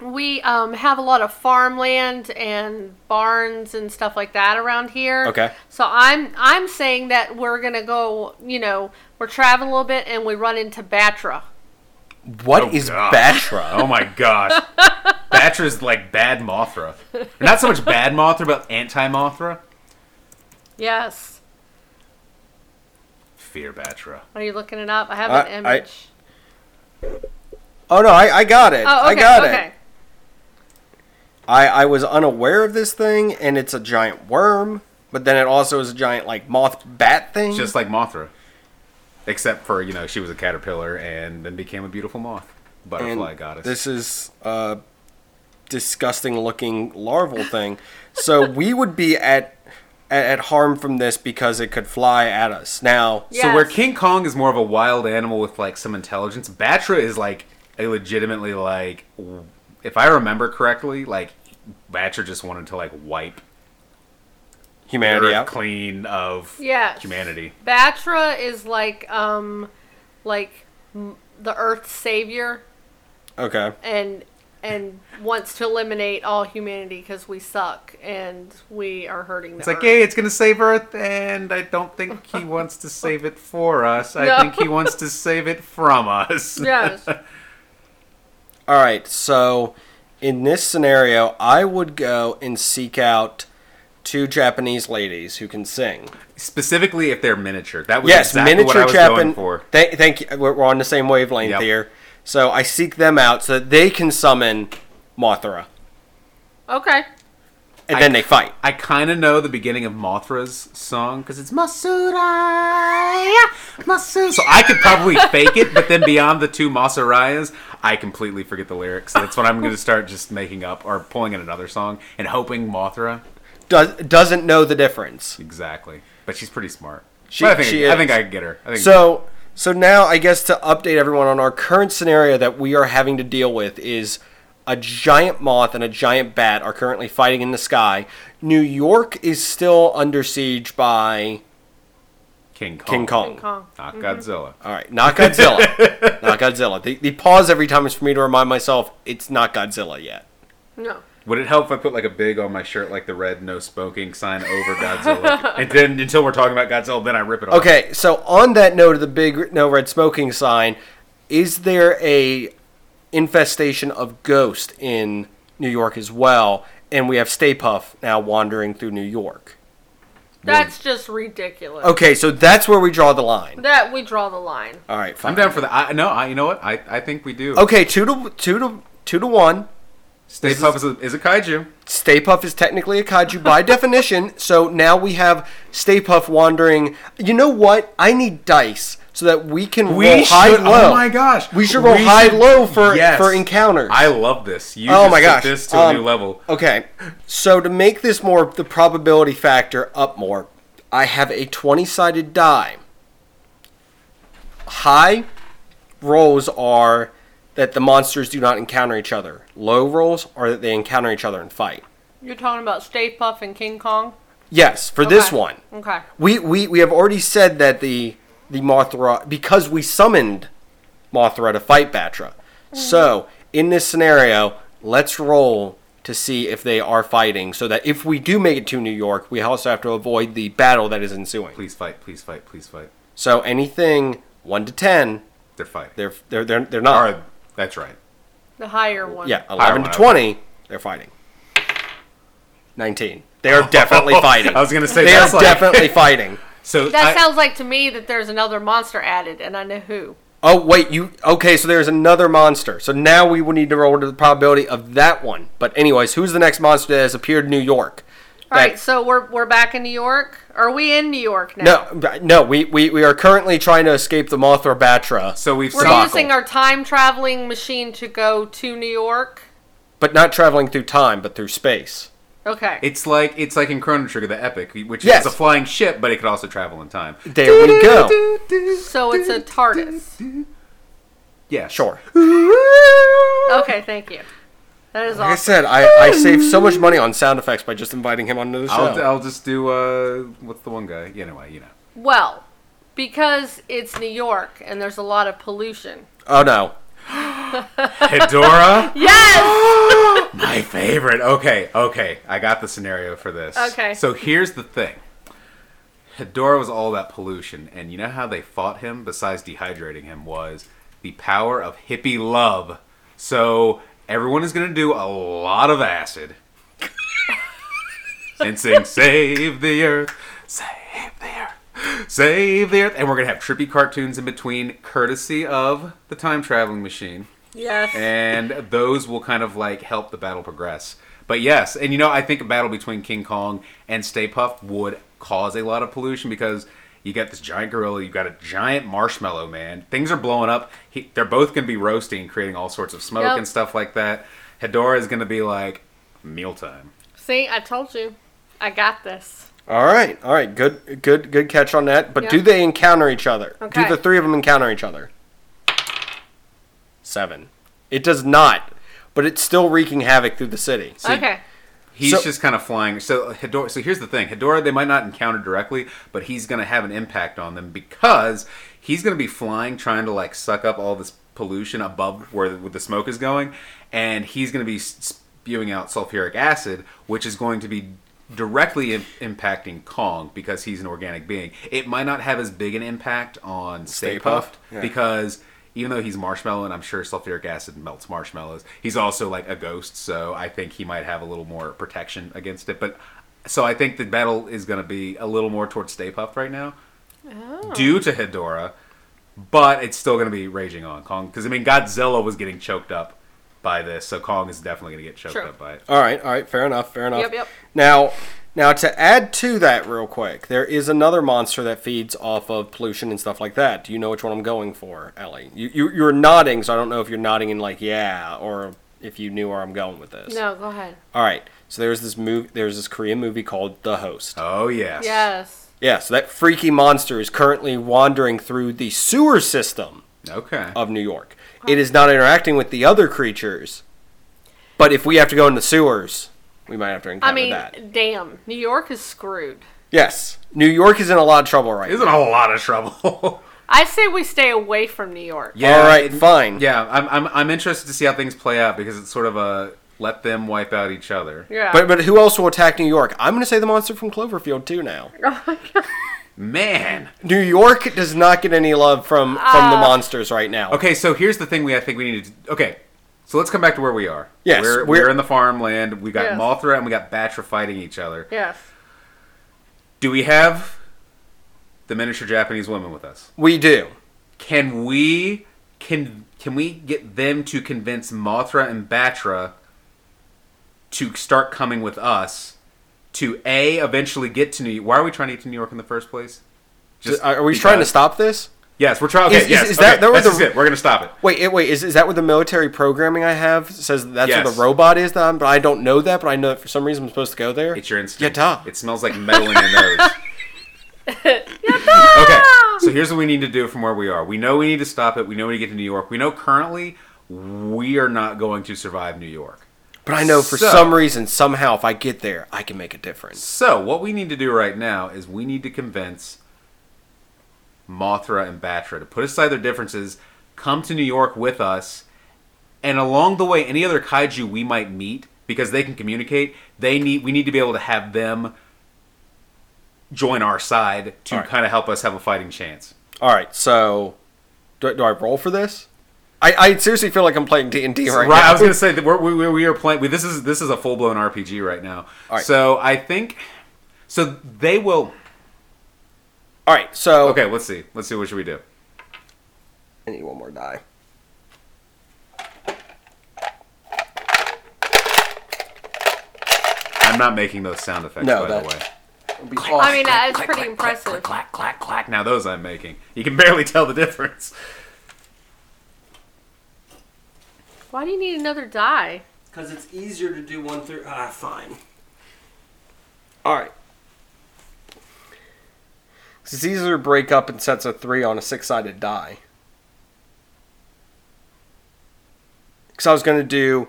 Speaker 4: we um, have a lot of farmland and barns and stuff like that around here.
Speaker 2: Okay.
Speaker 4: So I'm I'm saying that we're gonna go. You know, we're traveling a little bit and we run into Batra.
Speaker 2: What
Speaker 3: Oh,
Speaker 2: is
Speaker 3: God.
Speaker 2: Batra?
Speaker 3: Oh my
Speaker 2: (laughs)
Speaker 3: gosh. Batra's like bad Mothra. Not so much bad Mothra, but anti Mothra.
Speaker 4: Yes.
Speaker 3: Fear Batra.
Speaker 4: Are you looking it up? I have
Speaker 2: I-
Speaker 4: an
Speaker 2: Uh, I-
Speaker 4: image.
Speaker 2: Oh, no, I, I got it.
Speaker 4: oh, okay.
Speaker 2: I got
Speaker 4: okay.
Speaker 2: it. I, I was unaware of this thing, and it's a giant worm, but then it also is a giant, like, moth bat thing.
Speaker 3: Just like Mothra. Except for, you know, she was a caterpillar and then became a beautiful moth.
Speaker 2: And
Speaker 3: Butterfly goddess.
Speaker 2: This is a disgusting looking larval thing. So we would be at at- at harm from this because it could fly at us. Now,
Speaker 3: So where
Speaker 4: Yes.
Speaker 3: King Kong is more of a wild animal with like some intelligence, Batra is like a legitimately like w- if I remember correctly, like Batra just wanted to like wipe
Speaker 2: humanity
Speaker 3: Earth
Speaker 2: out.
Speaker 3: clean of
Speaker 4: Yes.
Speaker 3: humanity.
Speaker 4: Batra is like um, like m- the Earth's savior
Speaker 2: Okay.
Speaker 4: and and wants to eliminate all humanity because we suck and we are hurting. The
Speaker 3: It's like,
Speaker 4: Earth.
Speaker 3: hey, it's gonna save Earth, and I don't think he wants to save it for us. I
Speaker 4: (laughs) No.
Speaker 3: think he wants to save it from us.
Speaker 4: Yes.
Speaker 2: All right. So in this scenario, I would go and seek out two Japanese ladies who can sing.
Speaker 3: Specifically, if they're miniature, that was
Speaker 2: Yes,
Speaker 3: exactly what I
Speaker 2: miniature
Speaker 3: was
Speaker 2: Japan.
Speaker 3: going for.
Speaker 2: Thank, thank you. We're we're on the same wavelength
Speaker 3: Yep.
Speaker 2: here. So I seek them out so that they can summon Mothra,
Speaker 4: okay.
Speaker 2: and then they fight.
Speaker 3: I kind of know the beginning of Mothra's song because it's Masurai, Masu. So I could
Speaker 2: (laughs)
Speaker 3: probably fake it, but then beyond the two Masuraias, I completely forget the lyrics. That's when I'm going to start just making up or pulling in another song and hoping Mothra.
Speaker 2: Does, doesn't know the difference.
Speaker 3: Exactly, but she's pretty smart.
Speaker 2: She-
Speaker 3: But I think
Speaker 2: she
Speaker 3: I,
Speaker 2: is.
Speaker 3: think I can get her. I think
Speaker 2: So so now I guess to update everyone on our current scenario that we are having to deal with is a giant moth and a giant bat are currently fighting in the sky. New York is still under siege by
Speaker 3: King Kong.
Speaker 2: King Kong.
Speaker 4: Kong.
Speaker 3: Not Godzilla.
Speaker 2: All right, not Godzilla. not Godzilla. The, the pause every time is for me to remind myself it's not Godzilla yet.
Speaker 4: No.
Speaker 3: Would it help if I put like a big on my shirt, like the red no smoking sign over
Speaker 2: (laughs)
Speaker 3: Godzilla? and then until we're talking about Godzilla, then I rip it off.
Speaker 2: Okay, so on that note of the big no red smoking sign, is there a infestation of ghost in New York as well? And we have Stay Puff now wandering through New York.
Speaker 4: That's just ridiculous.
Speaker 2: Okay, so that's where we draw the line.
Speaker 4: That we draw the line.
Speaker 2: All right, fine.
Speaker 3: I'm down for that. I, no, I, you know what? I, I think we do.
Speaker 2: Okay, two to two to two to one.
Speaker 3: Stay Puft is, a- is a kaiju.
Speaker 2: Stay Puff is technically a kaiju
Speaker 3: (laughs)
Speaker 2: by definition, so now we have Stay Puff wandering. You know what? I need dice so that we can roll high low.
Speaker 3: Oh my gosh.
Speaker 2: we should roll high
Speaker 3: should-
Speaker 2: low for
Speaker 3: Yes.
Speaker 2: for encounters.
Speaker 3: I love this. You
Speaker 2: Oh
Speaker 3: just
Speaker 2: my
Speaker 3: took
Speaker 2: gosh.
Speaker 3: this to a new
Speaker 2: Um,
Speaker 3: level.
Speaker 2: Okay. So to make this more the probability factor up more, I have a 20-sided die. High rolls are that the monsters do not encounter each other. Low rolls are that they encounter each other and fight.
Speaker 4: You're talking about Stay Puff and King Kong?
Speaker 2: Yes, for this
Speaker 4: Okay.
Speaker 2: one.
Speaker 4: Okay.
Speaker 2: We, we we have already said that the the Mothra because we summoned Mothra to fight Batra. So in this scenario, let's roll to see if they are fighting, so that if we do make it to New York, we also have to avoid the battle that is ensuing.
Speaker 3: Please fight. Please fight. Please fight.
Speaker 2: So anything one to ten,
Speaker 3: They're fighting.
Speaker 2: they're they're they're, they're not.
Speaker 3: All right. That's right.
Speaker 4: The higher one.
Speaker 2: Yeah, eleven to
Speaker 3: one,
Speaker 2: twenty, they're fighting. Nineteen. They
Speaker 3: (laughs)
Speaker 2: are definitely fighting.
Speaker 3: I was gonna say
Speaker 2: they are
Speaker 3: that's like- (laughs)
Speaker 2: definitely fighting.
Speaker 3: So
Speaker 4: That
Speaker 3: I-
Speaker 4: sounds like to me that there's another monster added, and I know who.
Speaker 2: Oh wait, you okay? So there's another monster. So now we would need to roll to the probability of that one. But anyways, who's the next monster that has appeared in New York?
Speaker 4: All right, so we're, we're back in New York? Are we in New York now?
Speaker 2: No, no. We, we we are currently trying to escape the Mothra Batra.
Speaker 3: so we've
Speaker 4: We're
Speaker 3: summoned-
Speaker 4: using our time traveling machine to go to New York?
Speaker 2: but not traveling through time, but through space.
Speaker 4: Okay.
Speaker 3: It's like it's like in Chrono Trigger, the epic, which
Speaker 2: Yes.
Speaker 3: is a flying ship, but it could also travel in time.
Speaker 2: There we go.
Speaker 4: so
Speaker 2: (laughs)
Speaker 4: it's a TARDIS.
Speaker 3: Yeah,
Speaker 2: Sure.
Speaker 4: Okay, thank you. That is
Speaker 2: Like I
Speaker 4: awesome.
Speaker 2: said, I, I saved so much money on sound effects by just inviting him onto the show.
Speaker 3: I'll, I'll just do uh, what's the one guy? Yeah, Anyway, you know.
Speaker 4: Well, because it's New York and there's a lot of pollution.
Speaker 2: oh no.
Speaker 3: Hedora,
Speaker 4: Yes.
Speaker 3: my favorite. Okay, okay, I got the scenario for this.
Speaker 4: Okay.
Speaker 3: So here's the thing. Hedora was all that pollution, and you know how they fought him. Besides dehydrating him, was the power of hippie love. So everyone is gonna do a lot of acid and sing "Save the Earth, Save the Earth, Save the Earth," and we're gonna have trippy cartoons in between, courtesy of the time traveling machine
Speaker 4: Yes.
Speaker 3: and those will kind of like help the battle progress. But yes, and you know, I think a battle between King Kong and Stay Puft would cause a lot of pollution because you got this giant gorilla, you got a giant marshmallow man. Things are blowing up. He, they're both going to be roasting, and creating all sorts of smoke
Speaker 4: Yep.
Speaker 3: and stuff like that. Hedora is going to be like mealtime.
Speaker 4: See, I told you. I got this.
Speaker 2: All right, all right, good, good, good catch on that. But
Speaker 4: Yeah.
Speaker 2: do they encounter each other?
Speaker 4: Okay.
Speaker 2: Do the three of them encounter each other? Seven. It does not, but it's still wreaking havoc through the city.
Speaker 4: okay.
Speaker 3: He's
Speaker 2: So-
Speaker 3: just kind of flying. So Hedora. So here's the thing: Hedora, they might not encounter directly, but he's going to have an impact on them because he's going to be flying, trying to like suck up all this pollution above where the, where the smoke is going, and he's going to be s- spewing out sulfuric acid, which is going to be directly Im- impacting Kong because he's an organic being. It might not have as big an impact on Stay,
Speaker 2: Stay
Speaker 3: Puffed
Speaker 2: Puft? Yeah.
Speaker 3: because even though he's marshmallow and I'm sure sulfuric acid melts marshmallows, he's also like a ghost, so I think he might have a little more protection against it. But so I think the battle is going to be a little more towards Stay Puft right now due to Hedora, but it's still going to be raging on Kong because I mean Godzilla was getting choked up by this, so Kong is definitely going to get choked
Speaker 4: True.
Speaker 3: up by it.
Speaker 2: All right, all right, fair enough, fair enough.
Speaker 4: Yep, yep.
Speaker 2: Now, now to add to that real quick, there is another monster that feeds off of pollution and stuff like that. Do you know which one I'm going for, Ellie? You, you you're nodding, so I don't know if you're nodding in like yeah or if you knew where I'm going with this.
Speaker 4: No, go ahead.
Speaker 2: All right. So there's this movie. There's this Korean movie called The Host.
Speaker 3: Oh yes,
Speaker 4: Yes.
Speaker 2: Yeah, so that freaky monster is currently wandering through the sewer system
Speaker 3: Okay.
Speaker 2: of New York. It is not interacting with the other creatures, but if we have to go in the sewers, we might have to encounter
Speaker 4: I mean,
Speaker 2: that.
Speaker 4: damn. New York is screwed.
Speaker 2: Yes, New York is in a lot of trouble right
Speaker 3: He's in a whole lot of trouble. (laughs)
Speaker 4: I say we stay away from New York.
Speaker 2: All right,
Speaker 3: it-
Speaker 2: fine.
Speaker 3: Yeah, I'm, I'm, I'm interested to see how things play out because it's sort of a let them wipe out each other.
Speaker 4: Yeah. (laughs)
Speaker 2: But, but who else will attack New York? I'm going to say the monster from Cloverfield too now.
Speaker 4: Oh
Speaker 3: Man.
Speaker 2: New York does not get any love from, from the
Speaker 4: Uh,
Speaker 2: monsters right now.
Speaker 3: Okay, so here's the thing we I think we need to. Okay, so let's come back to where we are.
Speaker 2: Yes,
Speaker 3: we're, we're,
Speaker 2: we're-
Speaker 3: in the farmland. We got
Speaker 4: Yes.
Speaker 3: Mothra and we got Batra fighting each other.
Speaker 4: yes.
Speaker 3: Do we have the miniature Japanese woman with us?
Speaker 2: We do.
Speaker 3: Can we can can we get them to convince Mothra and Batra to start coming with us to a eventually get to New York? Why are we trying to get to New York in the first place?
Speaker 2: Are we trying to
Speaker 3: because-
Speaker 2: stop this?
Speaker 3: Yes, we're trying. Okay,
Speaker 2: Is- is-
Speaker 3: yes,
Speaker 2: is that-
Speaker 3: okay,
Speaker 2: that was
Speaker 3: this
Speaker 2: the-
Speaker 3: is it. We're gonna stop it.
Speaker 2: Wait, it, wait, is, is that what the military programming I have says that that's where
Speaker 3: Yes.
Speaker 2: the robot is? That I'm, but I don't know that, but I know that for some reason I'm supposed to go there.
Speaker 3: It's your instinct.
Speaker 2: Yeah, duh.
Speaker 3: It smells like metal in
Speaker 2: (laughs)
Speaker 3: your nose. okay, so here's what we need to do from where we are. We know we need to stop it. We know we need to get to New York. We know currently we are not going to survive New York.
Speaker 2: But I know for
Speaker 3: So-
Speaker 2: some reason, somehow, if I get there, I can make a difference.
Speaker 3: So what we need to do right now is we need to convince Mothra and Batra to put aside their differences, come to New York with us, and along the way, any other kaiju we might meet, because they can communicate, they need we need to be able to have them join our side to
Speaker 2: All right.
Speaker 3: kind of help us have a fighting chance.
Speaker 2: All right, so do, do I roll for this? I, I seriously feel like I'm playing D and D right,
Speaker 3: Right,
Speaker 2: now.
Speaker 3: I was gonna say that we're, we we are playing. We, this is this is a full blown RPG right now.
Speaker 2: All right.
Speaker 3: So I think, so they will.
Speaker 2: All right, so
Speaker 3: Okay, let's see. Let's see. What should we do?
Speaker 2: I need one more die.
Speaker 3: I'm not making those sound effects,
Speaker 2: No,
Speaker 3: by
Speaker 2: that-
Speaker 3: the way.
Speaker 2: It'll be
Speaker 4: I
Speaker 2: awesome.
Speaker 4: mean, that is pretty impressive.
Speaker 3: Oh, Clack, clack, clack. Now those I'm making. You can (laughs) barely tell the difference.
Speaker 4: Why do you need
Speaker 3: (laughs)
Speaker 4: another die?
Speaker 2: Because it's easier to do one through. Ah, fine. All right. It's easier to break up and sets a three on a six-sided die. Because I was going to do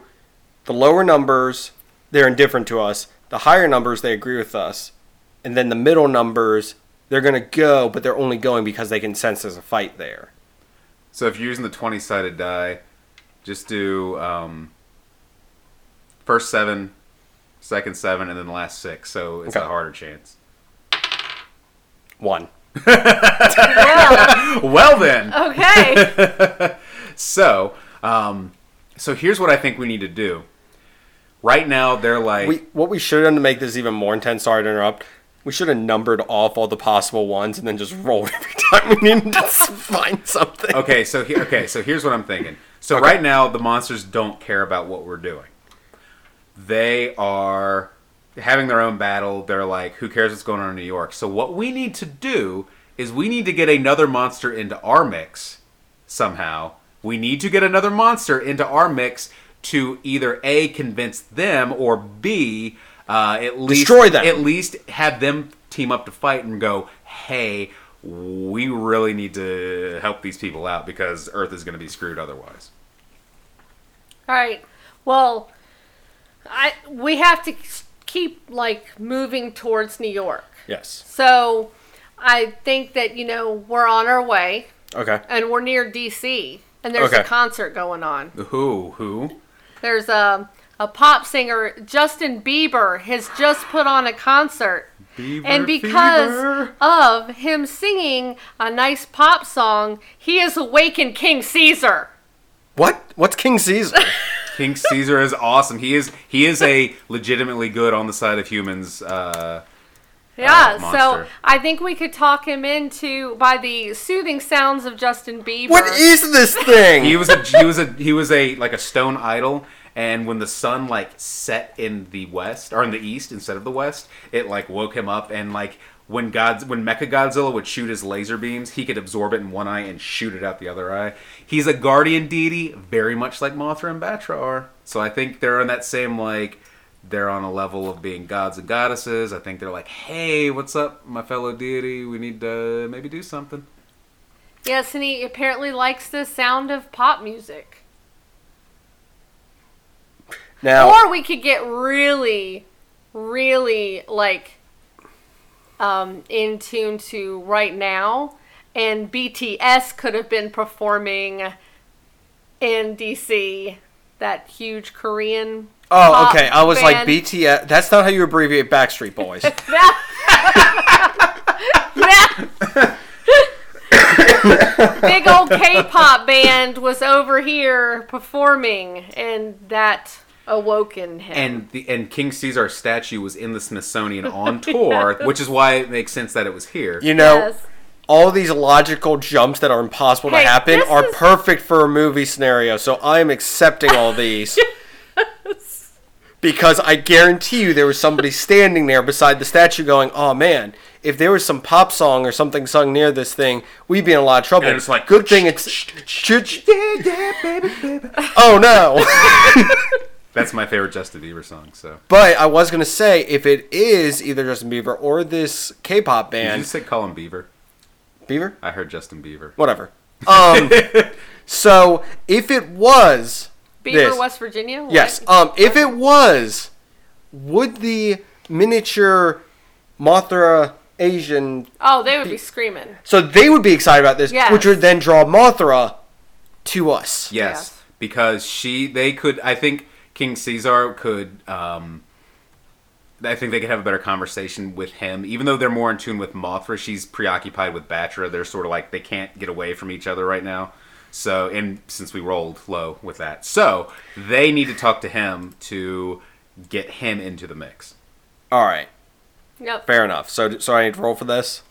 Speaker 2: The lower numbers, they're indifferent to us. The higher numbers, they agree with us. And then the middle numbers, they're going to go, but they're only going because they can sense there's a fight there.
Speaker 3: So if you're using the 20 sided die, just do um, first seven, second seven, and then the last six. So it's a
Speaker 2: Okay.
Speaker 3: harder chance. (laughs)
Speaker 2: One.
Speaker 4: Well,
Speaker 3: Well, then.
Speaker 4: okay.
Speaker 3: So, um, so here's what I think we need to do. Right now, they're like,
Speaker 2: We, what we should have done to make this even more intense, sorry to interrupt, we should have numbered off all the possible ones and then just (laughs) rolled every time we needed to find something.
Speaker 3: okay, so he, okay, so here's what I'm thinking. So right now, the monsters don't care about what we're doing. They are having their own battle. They're like, who cares what's going on in New York? So what we need to do is we need to get another monster into our mix somehow. We need to get another monster into our mix to either a convince them or b uh, at least
Speaker 2: Destroy them.
Speaker 3: At least have them team up to fight and go, hey, we really need to help these people out because Earth is going to be screwed otherwise.
Speaker 4: All right. Well, I we have to keep like moving towards New York.
Speaker 2: Yes.
Speaker 4: So, I think that you know we're on our way
Speaker 2: Okay.
Speaker 4: and we're near DC and there's a
Speaker 2: Okay.
Speaker 4: concert going on.
Speaker 3: Who? Who?
Speaker 4: There's a a pop singer Justin Bieber has just put on a concert.
Speaker 3: Beaver
Speaker 4: and because
Speaker 3: fever.
Speaker 4: of him singing a nice pop song, he has awakened King Caesar.
Speaker 2: What? What's King
Speaker 4: (laughs)
Speaker 2: Caesar?
Speaker 3: King Caesar is awesome. He is he is a legitimately good on the side of humans. Uh,
Speaker 2: Oh,
Speaker 4: Yeah, so
Speaker 3: monster.
Speaker 4: I think we could talk him into by the soothing sounds of Justin Bieber.
Speaker 2: what is this thing?
Speaker 3: he was a he was a he was a like a stone idol. And when the sun like set in the west or in the east instead of the west, it like woke him up. And like when God's when Mecha Godzilla would shoot his laser beams, he could absorb it in one eye and shoot it out the other eye. He's a guardian deity, very much like Mothra and Batra are. So I think they're on that same like they're on a level of being gods and goddesses. I think they're like, hey, what's up, my fellow deity? We need to maybe do something.
Speaker 4: Yes, and he apparently likes the sound of pop music.
Speaker 2: now,
Speaker 4: Or we could get really, really like um, in tune to right now, and BTS could have been performing in DC. That huge Korean. (laughs)
Speaker 2: oh,
Speaker 4: pop
Speaker 2: okay. I was like
Speaker 4: band.
Speaker 2: BTS. That's not how you abbreviate Backstreet
Speaker 4: (laughs)
Speaker 2: Boys.
Speaker 4: Big old K-pop band was over here performing, and that awoken him.
Speaker 3: and the and King Caesar statue was in the Smithsonian on tour, which is why it makes sense that it was here.
Speaker 2: You know,
Speaker 4: Yes.
Speaker 2: all these logical jumps that are impossible
Speaker 4: Hey,
Speaker 2: to happen
Speaker 4: this
Speaker 2: are
Speaker 4: is-
Speaker 2: perfect for a movie scenario. So I am accepting
Speaker 4: (laughs)
Speaker 2: all these. Because I guarantee you there was somebody standing there beside the statue going, oh man, if there was some pop song or something sung near this thing, we'd be in a lot of trouble.
Speaker 3: And it's like,
Speaker 2: good thing it's. oh no!
Speaker 3: That's my favorite Justin Bieber song. So
Speaker 2: But I was going to say, if it is either Justin Bieber or this K pop
Speaker 3: did you
Speaker 2: band.
Speaker 3: say Colin Bieber?
Speaker 2: Bieber?
Speaker 3: I heard Justin Bieber.
Speaker 2: whatever. (laughs) Um, so if it was
Speaker 4: Beaver,
Speaker 2: this,
Speaker 4: West Virginia. What?
Speaker 2: yes, um, if it was, would the miniature Mothra Asian?
Speaker 4: Oh, they would be screaming.
Speaker 2: So they would be excited about this,
Speaker 4: Yes.
Speaker 2: which would then draw Mothra to us.
Speaker 3: Yes,
Speaker 4: Yes.
Speaker 3: because she they could. I think King Caesar could. Um, I think they could have a better conversation with him, even though they're more in tune with Mothra. She's preoccupied with Batra. They're sort of like they can't get away from each other right now. So, and since we rolled low with that, so they need to talk to him to get him into the mix.
Speaker 2: All right,
Speaker 4: Yep.
Speaker 2: fair enough. So so I need to roll for this.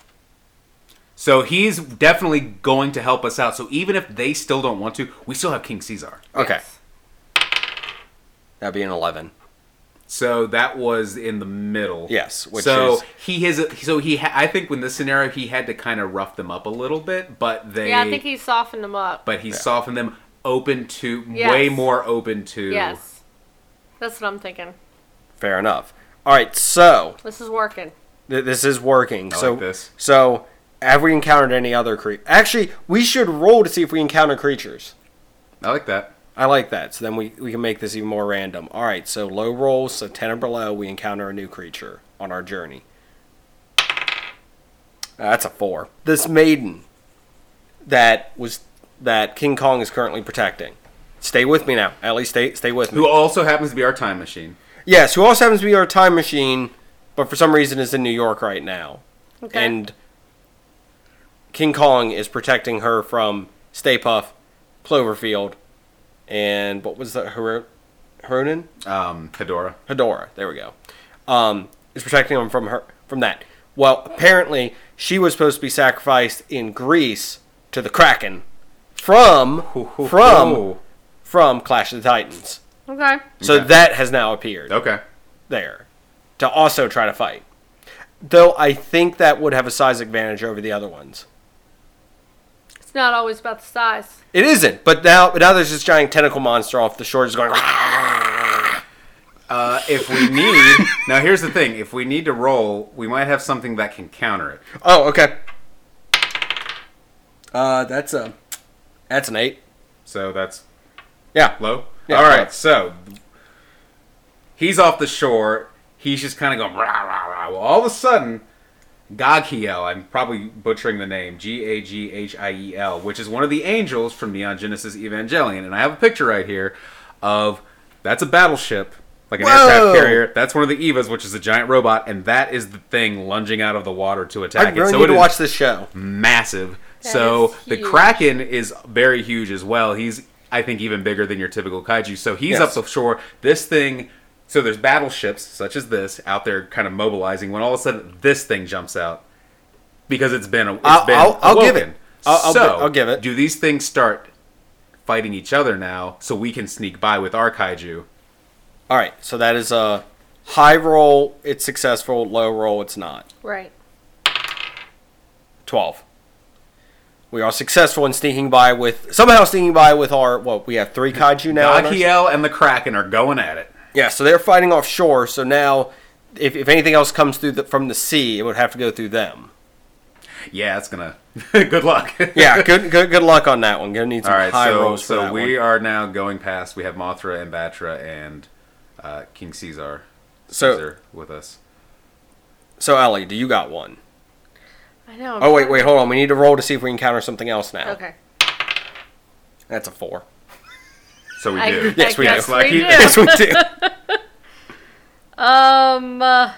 Speaker 3: So he's definitely going to help us out. So even if they still don't want to, we still have King Caesar.
Speaker 2: Okay,
Speaker 4: Yes.
Speaker 2: that'd be an eleven.
Speaker 3: So that was in the middle.
Speaker 2: Yes, which
Speaker 3: so
Speaker 2: is-
Speaker 3: he has. So he. Ha- I think when this scenario, he had to kind of rough them up a little bit, but they.
Speaker 4: Yeah, I think he softened them up.
Speaker 3: But he softened them open to
Speaker 4: Yes.
Speaker 3: way more open to.
Speaker 4: yes. That's what I'm thinking.
Speaker 2: Fair enough. All right, so
Speaker 4: This is working.
Speaker 2: Th- this is working. so
Speaker 3: like this.
Speaker 2: so have we encountered any other creatures? Actually, we should roll to see if we encounter creatures.
Speaker 3: I like that.
Speaker 2: I like that. So then we, we can make this even more random. All right, so low rolls, so 10 or below, we encounter a new creature on our journey. That's a four. This maiden that was that King Kong is currently protecting. Stay with me now. Ellie, stay stay with me.
Speaker 3: Who also happens to be our time machine.
Speaker 2: Yes, who also happens to be our time machine, but for some reason is in New York right now.
Speaker 4: Okay.
Speaker 2: And King Kong is protecting her from Stay Puff, Cloverfield, and what was the Hero, Hironin?
Speaker 3: Um, Hedora.
Speaker 2: Hedora. There we go. Um, is protecting them from her from that. Well, apparently she was supposed to be sacrificed in Greece to the Kraken from from from Clash of the Titans.
Speaker 4: Okay.
Speaker 2: So
Speaker 3: Okay.
Speaker 2: that has now appeared
Speaker 3: Okay.
Speaker 2: there to also try to fight. Though I think that would have a size advantage over the other ones.
Speaker 4: It's not always about the size.
Speaker 2: It isn't, but now but now there's this giant tentacle monster off the shore just going.
Speaker 3: Uh, if we need (laughs) now, here's the thing: if we need to roll, we might have something that can counter it.
Speaker 2: Oh, okay. Uh, that's a that's an eight.
Speaker 3: So that's
Speaker 2: Yeah.
Speaker 3: low.
Speaker 2: Yeah,
Speaker 3: All right,
Speaker 2: low.
Speaker 3: so he's off the shore. He's just kind of going rah rah rah. Well, all of a sudden, Gagiel, I'm probably butchering the name, G A G H I E L, which is one of the angels from Neon Genesis Evangelion, and I have a picture right here of that's a battleship. Like an
Speaker 2: Whoa!
Speaker 3: aircraft carrier. That's one of the Evas, which is a giant robot, and that is the thing lunging out of the water to
Speaker 2: I
Speaker 3: attack it.
Speaker 2: really
Speaker 3: so
Speaker 2: need
Speaker 3: it
Speaker 2: to
Speaker 3: is-
Speaker 2: watch this show.
Speaker 3: massive.
Speaker 4: That
Speaker 3: so
Speaker 4: is
Speaker 3: the
Speaker 4: huge.
Speaker 3: Kraken is very huge as well. He's I think even bigger than your typical kaiju. So he's
Speaker 2: Yes.
Speaker 3: up the shore. This thing so there's battleships such as this out there kind of mobilizing when all of a sudden this thing jumps out because it's been a it's
Speaker 2: I'll-
Speaker 3: been
Speaker 2: I'll- I'll give
Speaker 3: awoken.
Speaker 2: it. I'll- I'll
Speaker 3: so
Speaker 2: gi- I'll give it.
Speaker 3: Do these things start fighting each other now so we can sneak by with our kaiju?
Speaker 2: All right, so that is a high roll. It's successful. Low roll. It's not.
Speaker 4: Right.
Speaker 2: Twelve. We are successful in sneaking by with somehow sneaking by with our what we have three kaiju now. on our-
Speaker 3: Akiel and the Kraken are going at it.
Speaker 2: Yeah, so they're fighting offshore. So now, if, if anything else comes through the, from the sea, it would have to go through them.
Speaker 3: Yeah, it's gonna. (laughs) good luck.
Speaker 2: (laughs) Yeah, good good good luck on that one. Gonna need some
Speaker 3: All right,
Speaker 2: high
Speaker 3: so
Speaker 2: rolls. For
Speaker 3: so
Speaker 2: that
Speaker 3: we
Speaker 2: one.
Speaker 3: are now going past. We have Mothra and Batra and uh, King Caesar,
Speaker 2: So-
Speaker 3: Caesar with us.
Speaker 2: So Ellie, do you got one?
Speaker 4: I know. I'm
Speaker 2: Oh wait,
Speaker 4: trying-
Speaker 2: wait, hold on. We need to roll to see if we encounter something else now.
Speaker 4: Okay.
Speaker 2: That's a four. (laughs)
Speaker 3: So we
Speaker 4: I-
Speaker 3: do.
Speaker 4: Yes,
Speaker 2: we do.
Speaker 4: guess
Speaker 3: Lucky.
Speaker 4: (laughs) we do.
Speaker 2: Yes, we do.
Speaker 4: Um. Uh,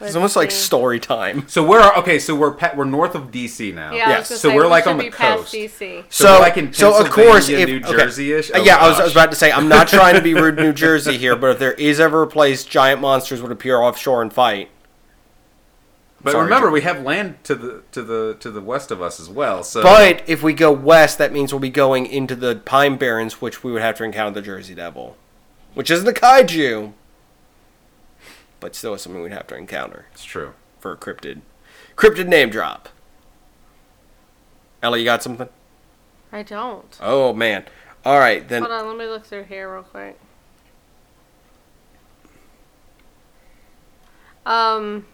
Speaker 2: It's almost like story time.
Speaker 3: So we're okay. So we're pet, we're north of DC now.
Speaker 2: Yes,
Speaker 4: Yeah. I was gonna
Speaker 3: so
Speaker 4: say,
Speaker 3: we're
Speaker 4: we
Speaker 3: like
Speaker 4: should
Speaker 3: on the
Speaker 4: be past
Speaker 3: coast.
Speaker 4: DC.
Speaker 3: So we're like in Pennsylvania, New Jersey-ish?
Speaker 2: Uh,
Speaker 3: Oh,
Speaker 2: yeah, I was, I was
Speaker 3: gosh.
Speaker 2: about to say I'm not trying
Speaker 3: (laughs)
Speaker 2: to be rude, New Jersey here, but if there is ever a place giant monsters would appear offshore and fight,
Speaker 3: But
Speaker 2: Sorry,
Speaker 3: remember,
Speaker 2: Jim.
Speaker 3: we have land to the to the to the west of us as well. So
Speaker 2: but if we go west, that means we'll be going into the Pine Barrens, which we would have to encounter the Jersey Devil, which isn't a kaiju, but still is something we'd have to encounter
Speaker 3: it's true.
Speaker 2: for a cryptid, cryptid name drop. Ellie, you got something?
Speaker 4: I don't.
Speaker 2: Oh man! All right then.
Speaker 4: Hold on. Let me look through here real quick. Um.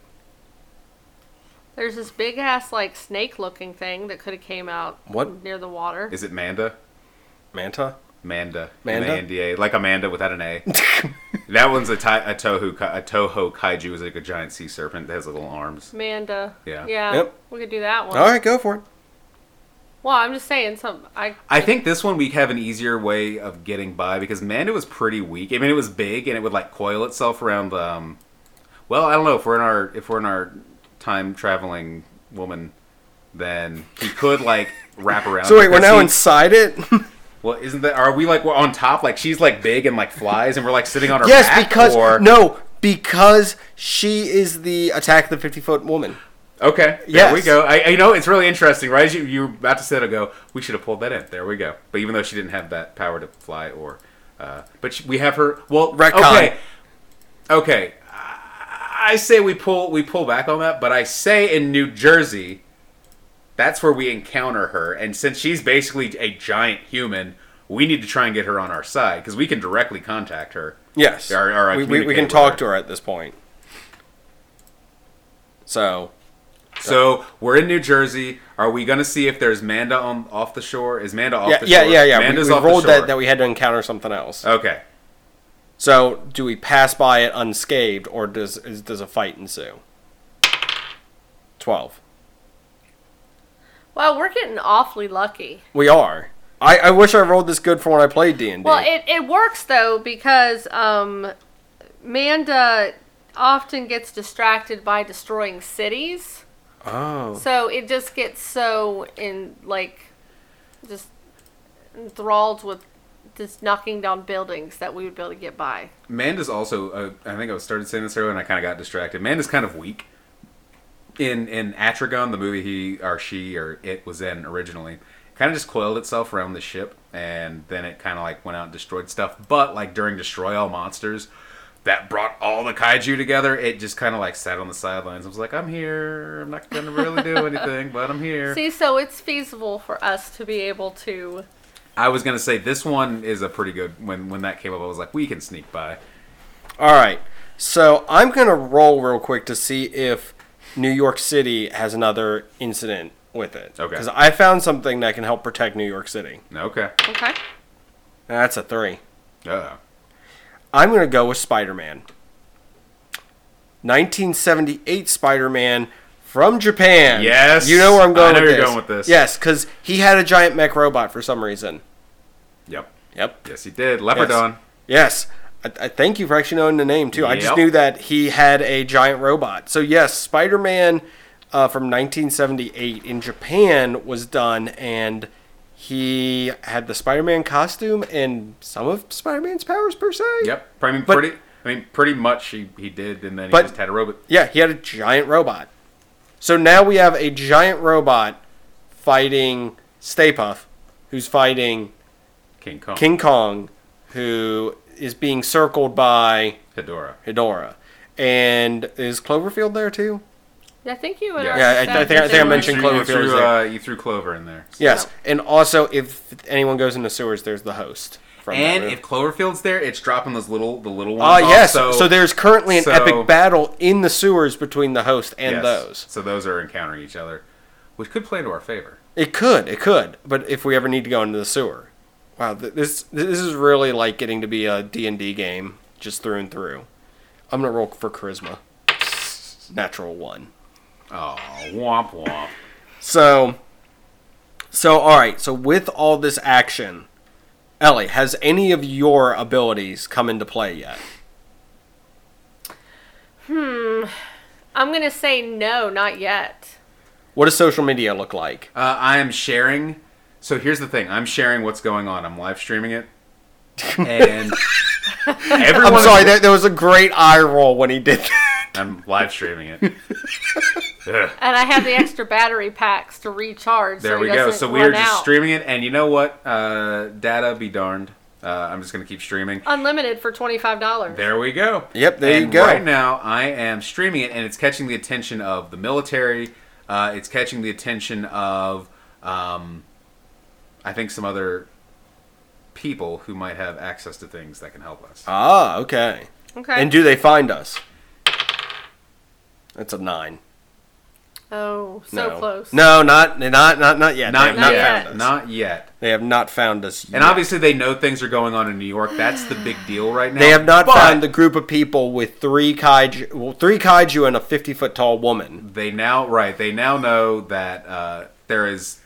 Speaker 4: There's this big ass like snake looking thing that could have came out
Speaker 2: What?
Speaker 4: near the water.
Speaker 3: Is it Manda?
Speaker 2: Manta.
Speaker 3: Manda.
Speaker 2: Manda?
Speaker 3: M-A-N-D-A. Like Amanda without
Speaker 2: (laughs)
Speaker 3: an A. that one's a, tai a Tohu Ka- a Toho kaiju is like a giant sea serpent that has little arms.
Speaker 4: Amanda.
Speaker 3: Yeah.
Speaker 4: Yeah.
Speaker 2: Yep.
Speaker 4: We could do that one.
Speaker 2: All right, go for it.
Speaker 4: Well, I'm just saying some. I
Speaker 3: I think this one we have an easier way of getting by because Manda was pretty weak. I mean, it was big and it would like coil itself around. Um, well, I don't know if we're in our if we're in our time traveling woman, then he could like wrap around.
Speaker 2: So wait,
Speaker 3: it
Speaker 2: we're
Speaker 3: Uh, because
Speaker 2: now
Speaker 3: he-
Speaker 2: inside
Speaker 3: (laughs)
Speaker 2: it.
Speaker 3: Well, isn't that? Are we like we're on top? Like she's like big and like flies, and we're like sitting on her
Speaker 2: Yes,
Speaker 3: back.
Speaker 2: because
Speaker 3: or,
Speaker 2: no, because she is the attack the fifty foot woman.
Speaker 3: Okay, there
Speaker 2: Yes.
Speaker 3: we go. I, I- you know it's really interesting, right? As you, you were about to say it, I go, we should have pulled that in. There we go. But even though she didn't have that power to fly, or uh, but she, we have her. Well,
Speaker 2: Retcon.
Speaker 3: okay, okay. I I say we pull we pull back on that, but I say in New Jersey, that's where we encounter her, and since she's basically a giant human, we need to try and get her on our side because we can directly contact her.
Speaker 2: Yes,
Speaker 3: Or- or I
Speaker 2: we, we, we
Speaker 3: communicate
Speaker 2: can
Speaker 3: with
Speaker 2: talk
Speaker 3: her.
Speaker 2: to her at this point. So
Speaker 3: So we're in New Jersey. Are we gonna see if there's Manda on off the shore? Is Manda off
Speaker 2: Yeah,
Speaker 3: the
Speaker 2: yeah,
Speaker 3: shore?
Speaker 2: yeah, yeah. We-
Speaker 3: Manda's
Speaker 2: we
Speaker 3: off
Speaker 2: rolled
Speaker 3: the shore.
Speaker 2: that that we had to encounter something else.
Speaker 3: okay.
Speaker 2: So, do we pass by it unscathed, or does is, does a fight ensue? Twelve.
Speaker 4: Wow, we're getting awfully lucky.
Speaker 2: We are. I, I wish I rolled this good for when I played D and D.
Speaker 4: Well, it, it works though because um, Manda often gets distracted by destroying cities,
Speaker 2: Oh.
Speaker 4: so it just gets so in like just enthralled with just knocking down buildings that we would be able to get by.
Speaker 3: Manda's also. Uh, I think I started saying this earlier, and I kind of got distracted. Manda's kind of weak. In in Atragon, the movie he or she or it was in originally, kind of just coiled itself around the ship, and then it kind of like went out and destroyed stuff. But like during Destroy All Monsters, that brought all the kaiju together. It just kind of like sat on the sidelines. I was like, I'm here. I'm not gonna really
Speaker 2: (laughs)
Speaker 3: do anything, but I'm here.
Speaker 4: See, so it's feasible for us to be able to.
Speaker 3: I was gonna say this one is a pretty good. When when that came up, I was like, we can sneak by.
Speaker 2: All right. So I'm gonna roll real quick to see if New York City has another incident with it.
Speaker 3: Okay.
Speaker 2: Because I found something that can help protect New York City.
Speaker 3: Okay.
Speaker 4: Okay.
Speaker 2: That's a three.
Speaker 3: Uh,
Speaker 2: I'm going to go with Spider Man. 1978 Spider Man from Japan.
Speaker 3: Yes.
Speaker 2: You know where I'm
Speaker 3: I
Speaker 2: going,
Speaker 3: know
Speaker 2: with,
Speaker 3: you're
Speaker 2: this.
Speaker 3: going with this.
Speaker 2: Yes, because he had a giant mech robot for some reason.
Speaker 3: yep.
Speaker 2: Yep.
Speaker 3: Yes, he did. Leopardon.
Speaker 2: Yes. I, I thank you for actually knowing the name, too. I just
Speaker 3: Yep.
Speaker 2: knew that he had a giant robot. So, yes, Spider Man uh, from 1978 in Japan was done, and he had the Spider Man costume and some of Spider Man's powers, per se.
Speaker 3: Yep. I mean,
Speaker 2: But-
Speaker 3: pretty. I mean, pretty much he, he did, and then he
Speaker 2: But-
Speaker 3: just had a robot.
Speaker 2: Yeah, he had a giant robot. So now we have a giant robot fighting Stay Puff, who's fighting
Speaker 3: King Kong.
Speaker 2: King Kong, who is being circled by
Speaker 3: Hedora.
Speaker 2: Hedora. And is Cloverfield there too?
Speaker 4: I think you would.
Speaker 3: Yeah.
Speaker 2: Yeah, I- I think- I think I mentioned-
Speaker 3: You
Speaker 2: Cloverfield
Speaker 3: you
Speaker 2: is
Speaker 3: threw,
Speaker 2: there.
Speaker 3: uh, you threw Clover in there.
Speaker 2: Yes.
Speaker 4: No.
Speaker 2: And also, if anyone goes into sewers, there's the host. From that
Speaker 3: And
Speaker 2: room.
Speaker 3: if Cloverfield's there, it's dropping those little the little
Speaker 2: Ah,
Speaker 3: ones. off,
Speaker 2: yes. So, there's currently an
Speaker 3: so-
Speaker 2: epic battle in the sewers between the host and
Speaker 3: yes.
Speaker 2: those.
Speaker 3: So those are encountering each other, which could play to our favor.
Speaker 2: It could, it could, but if we ever need to go into the sewer, wow, th- this this is really like getting to be a D and D game just through and through. I'm gonna roll for charisma, natural one.
Speaker 3: Oh, womp womp.
Speaker 2: So, so all right. So with all this action, Ellie, has any of your abilities come into play yet?
Speaker 4: I'm gonna say no, not yet.
Speaker 2: What does social media look like?
Speaker 3: Uh, I am sharing. So here's the thing: I'm sharing what's going on. I'm live streaming it, and
Speaker 2: (laughs)
Speaker 3: everyone.
Speaker 2: I'm sorry, there, there was a great eye roll when he did. that.
Speaker 3: I'm live
Speaker 2: (laughs)
Speaker 3: streaming it. Ugh.
Speaker 4: And I have the
Speaker 3: (laughs)
Speaker 4: extra battery packs to recharge.
Speaker 3: There
Speaker 4: so
Speaker 3: we
Speaker 4: it
Speaker 3: go.
Speaker 4: doesn't
Speaker 3: So we are
Speaker 4: run
Speaker 3: just
Speaker 4: out.
Speaker 3: streaming it, and you know what? Uh, data be darned. Uh, I'm just gonna keep streaming.
Speaker 4: unlimited for twenty five dollars.
Speaker 3: There we go.
Speaker 2: Yep, there you
Speaker 3: And
Speaker 2: go.
Speaker 3: Right now, I am streaming it, and it's catching the attention of the military. Uh, it's catching the attention of, um, I think, some other people who might have access to things that can help us.
Speaker 2: ah, okay.
Speaker 4: Okay.
Speaker 2: And do they find us? That's a nine.
Speaker 4: oh, so
Speaker 2: no.
Speaker 4: close.
Speaker 2: No, not not not not yet.
Speaker 3: not,
Speaker 2: they have
Speaker 3: yet.
Speaker 2: not found us.
Speaker 3: Not yet.
Speaker 2: They have not found us. Yet.
Speaker 3: And obviously, they know things are going on in New York. That's the big deal right now.
Speaker 2: they have not
Speaker 3: But
Speaker 2: found the group of people with three kaiju, well, three kaiju and a fifty foot tall woman.
Speaker 3: they now right they now know that uh, there is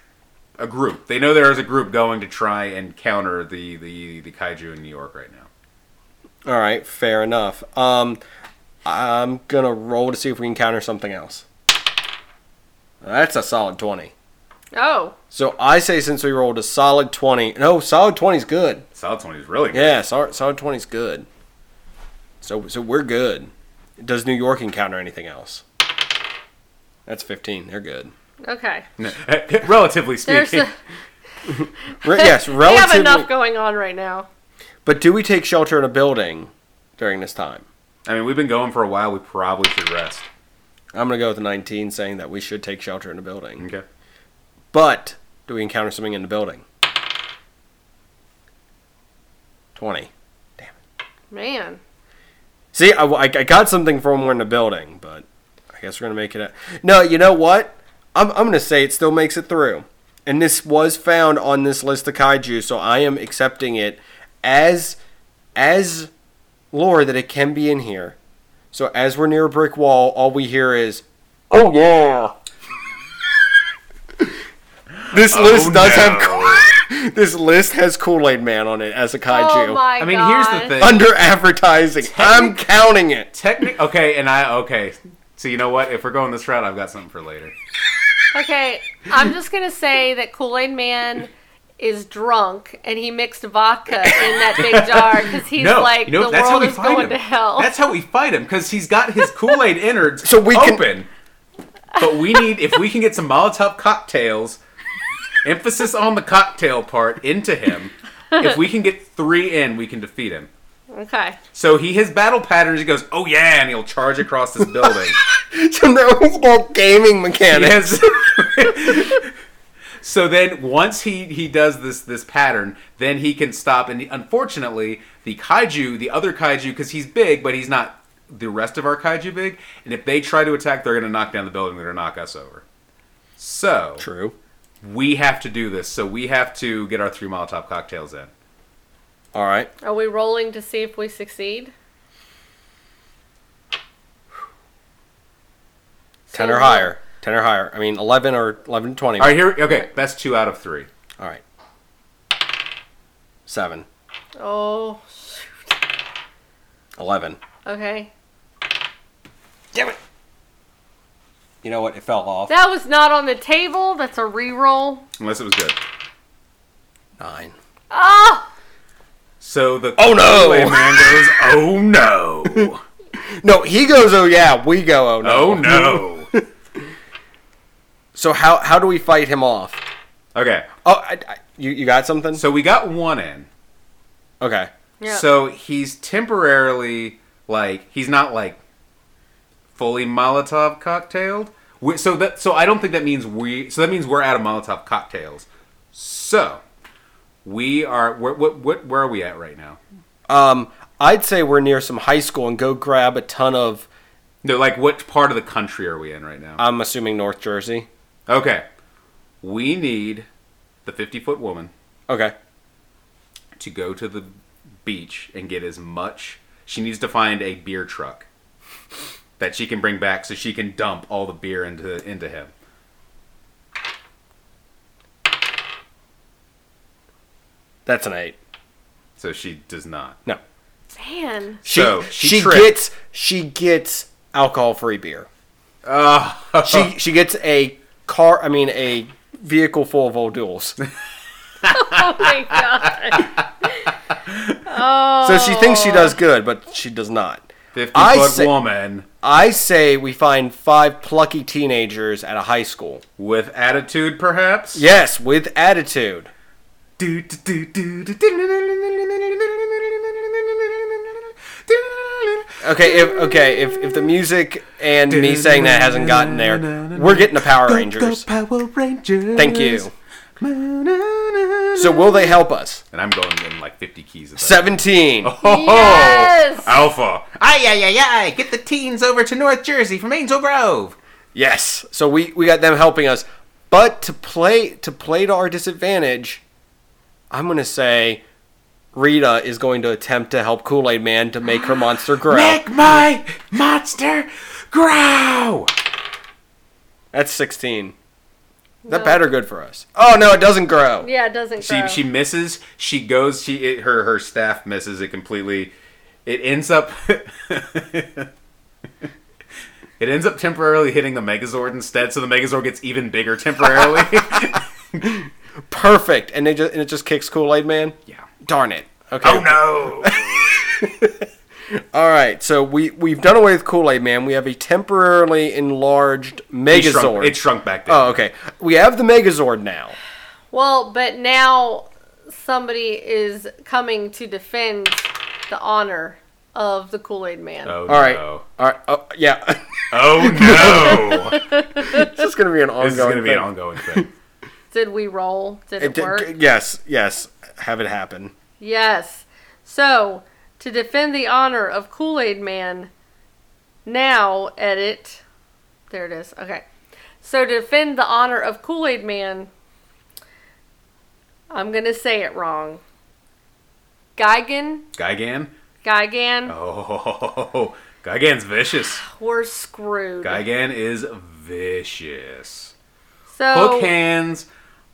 Speaker 3: a group they know there is a group going to try and counter the the, the kaiju in new york right now
Speaker 2: All right, fair enough. Um, I'm gonna roll to see if we can counter something else. That's a solid twenty.
Speaker 4: Oh,
Speaker 2: So I say since we rolled a solid twenty, no, solid twenty's good.
Speaker 3: solid 20 is really good
Speaker 2: Yeah, solid solid twenty's good. So so we're good. Does New York encounter anything else? That's fifteen. They're good.
Speaker 4: okay.
Speaker 3: (laughs) relatively
Speaker 4: There's (laughs)
Speaker 3: speaking
Speaker 4: a,
Speaker 2: Re-
Speaker 4: (laughs)
Speaker 2: yes,
Speaker 4: we have
Speaker 2: relatively.
Speaker 4: enough going on right now.
Speaker 2: But do we take shelter in a building during this time?
Speaker 3: i mean we've been going for a while we probably should rest
Speaker 2: I'm going to go with 19 saying that we should take shelter in a building.
Speaker 3: okay
Speaker 2: But do we encounter something in the building? 20.
Speaker 4: Man,
Speaker 2: See, I, I- I got something from when in the building, but I I guess we're gonna make it. A- no, you know what? I'm I'm gonna say it still makes it through, and this was found on this list of kaiju, so I am accepting it as as lore that it can be in here. So as we're near a brick wall, all we hear is, "Oh yeah." (laughs) this list does have. Kool- (laughs) this list has Kool Aid Man on it as a kaiju.
Speaker 4: Oh my
Speaker 3: I mean, here's
Speaker 4: God.
Speaker 3: the thing.
Speaker 2: Under (laughs) advertising, I'm counting it.
Speaker 3: Technic. Okay, and I. Okay. So you know what? If we're going this route, I've got something for later.
Speaker 4: Okay, I'm just gonna say that Kool Aid Man is drunk and he mixed vodka in that
Speaker 3: (laughs)
Speaker 4: big jar because he's
Speaker 3: no,
Speaker 4: like
Speaker 3: you know,
Speaker 4: the
Speaker 3: that's how
Speaker 4: world
Speaker 3: we
Speaker 4: is
Speaker 3: fight
Speaker 4: going
Speaker 3: him.
Speaker 4: to hell.
Speaker 3: That's how we fight him because he's got his Kool Aid innards
Speaker 2: (laughs) So we can-
Speaker 3: open. But we need if we can get some Molotov cocktails. Emphasis on the cocktail part into him. If we can get three in, we can defeat him.
Speaker 4: okay,
Speaker 3: So he his battle patterns. He goes, "Oh yeah," and he'll charge across this building.
Speaker 2: (laughs) So now it's called gaming mechanics.
Speaker 3: Yes. so (laughs) then once he he does this this pattern, then he can stop. And unfortunately, the kaiju, the other kaiju, because he's big, but he's not the rest of our kaiju big. And if they try to attack, they're going to knock down the building. They're going to knock us over. So
Speaker 2: True.
Speaker 3: we have to do this. So we have to get our three Molotov cocktails in.
Speaker 2: All right.
Speaker 4: are we rolling to see if we succeed?
Speaker 2: Ten
Speaker 4: So-
Speaker 2: or higher. Ten or higher. I mean, eleven or eleven to twenty.
Speaker 3: All right, here. Okay, that's two out of three.
Speaker 2: All right. Seven.
Speaker 4: Oh, shoot.
Speaker 2: Eleven.
Speaker 4: okay.
Speaker 2: Damn it. You know what? It fell off.
Speaker 4: That was not on the table. That's a re-roll.
Speaker 3: Unless it was good.
Speaker 2: Nine.
Speaker 4: Ah,
Speaker 3: So the
Speaker 2: Oh, no!
Speaker 3: Kool-Aid man goes, oh
Speaker 2: (laughs)
Speaker 3: no,
Speaker 2: No, he goes. Oh yeah, we go. Oh no.
Speaker 3: oh no.
Speaker 2: So how how do we fight him off?
Speaker 3: Okay,
Speaker 2: Oh, I, I- you you got something?
Speaker 3: so we got one in.
Speaker 2: okay.
Speaker 4: yeah.
Speaker 3: So he's temporarily like he's not like fully Molotov cocktailed. We, so that so I don't think that means we. So that means we're out of Molotov cocktails. So we are. Where, what what where are we at right now?
Speaker 2: Um, I'd say we're near some high school and go grab a ton of.
Speaker 3: No, like what part of the country are we in right now?
Speaker 2: I'm assuming North Jersey.
Speaker 3: Okay, we need the fifty foot woman.
Speaker 2: Okay.
Speaker 3: to go to the beach and get as much. She needs to find a beer truck that she can bring back so she can dump all the beer into into him.
Speaker 2: That's an eight.
Speaker 3: So she does not.
Speaker 2: No.
Speaker 3: (laughs)
Speaker 4: man.
Speaker 2: She,
Speaker 3: So, she
Speaker 2: she,
Speaker 3: tripped.
Speaker 2: gets she gets alcohol free beer.
Speaker 3: Oh.
Speaker 2: she she gets a car. I mean a vehicle full of old duels.
Speaker 4: Oh my god.
Speaker 2: So she thinks she does good, but she does not.
Speaker 3: Fifty
Speaker 2: I
Speaker 3: foot
Speaker 2: say-
Speaker 3: woman
Speaker 2: I say we find five plucky teenagers at a high school.
Speaker 3: with attitude, perhaps.
Speaker 2: Yes, with attitude.
Speaker 3: Do, do, do, do, do, do.
Speaker 2: Okay, if okay, if, if the music and me saying that hasn't gotten there, we're getting the Power Rangers.
Speaker 3: Go, Power Rangers.
Speaker 2: Thank you.
Speaker 3: So
Speaker 2: So will they help us?
Speaker 3: and I'm going in like 50 keys. Of that.
Speaker 2: Seventeen.
Speaker 3: Oh.
Speaker 4: Yes.
Speaker 3: Alpha.
Speaker 5: Ay, ay, ay, ay. Get the teens over to North Jersey from Angel Grove.
Speaker 2: Yes. So we we got them helping us, but to play to play to our disadvantage, I'm gonna say Rita is going to attempt to help Kool Aid Man to make her monster grow.
Speaker 3: Make my monster grow.
Speaker 2: That's sixteen. Is that bad or good for us? Oh no, it doesn't grow.
Speaker 4: Yeah, it doesn't.
Speaker 3: She
Speaker 4: grow.
Speaker 3: she misses. She goes. She it, her her staff misses it completely. It ends up. (laughs) It ends up temporarily hitting the Megazord instead, so the Megazord gets even bigger temporarily. (laughs)
Speaker 2: Perfect. And they just and it just kicks Kool Aid Man.
Speaker 3: yeah.
Speaker 2: Darn it. Okay.
Speaker 3: Oh no!
Speaker 2: All right. So we we've done away with Kool Aid Man. We have a temporarily enlarged
Speaker 3: It shrunk,
Speaker 2: Megazord.
Speaker 3: it shrunk back down.
Speaker 2: oh, okay. We have the Megazord now.
Speaker 4: Well, but now somebody is coming to defend the honor of the Kool Aid Man.
Speaker 3: Oh,
Speaker 2: All right.
Speaker 3: no.
Speaker 2: All right. Oh, yeah. (laughs)
Speaker 3: Oh no!
Speaker 2: This is gonna be an ongoing.
Speaker 3: this is going to be an
Speaker 2: thing.
Speaker 3: ongoing thing.
Speaker 4: Did we roll? Did
Speaker 2: It
Speaker 4: it,
Speaker 2: did-
Speaker 4: work?
Speaker 2: yes, yes. Have it happen.
Speaker 4: Yes. So, to defend the honor of Kool Aid Man, now edit There it is. Okay. So to defend the honor of Kool Aid Man, I'm gonna say it wrong. Gigan,
Speaker 3: Gigan?
Speaker 4: Gigan,
Speaker 3: Oh, (laughs)
Speaker 2: (sighs)
Speaker 3: Gigan's vicious.
Speaker 4: we're screwed.
Speaker 3: Gigan is vicious.
Speaker 4: so
Speaker 3: Hook hands,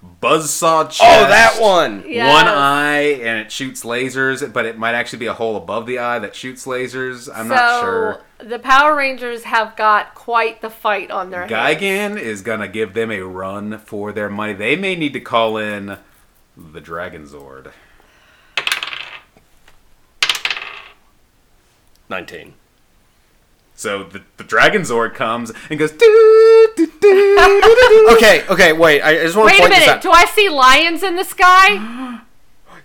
Speaker 3: buzzsaw chest.
Speaker 2: Oh, that one.
Speaker 4: Yes.
Speaker 3: One eye and it shoots lasers, but it might actually be a hole above the eye that shoots lasers. I'm
Speaker 2: (laughs)
Speaker 3: not sure.
Speaker 4: The Power Rangers have got quite the fight on their hands. (laughs)
Speaker 3: Gigan is gonna give them a run for their money. They may need to call in the Dragon Zord.
Speaker 2: 19.
Speaker 3: So the, the Dragon Zord comes and goes. "Doo, doo, doo,
Speaker 2: (laughs)
Speaker 3: doo, doo, doo."
Speaker 2: Okay, okay, wait. I I just want to
Speaker 4: Wait a
Speaker 2: point this
Speaker 4: minute.
Speaker 2: out.
Speaker 4: Do I see lions in the sky?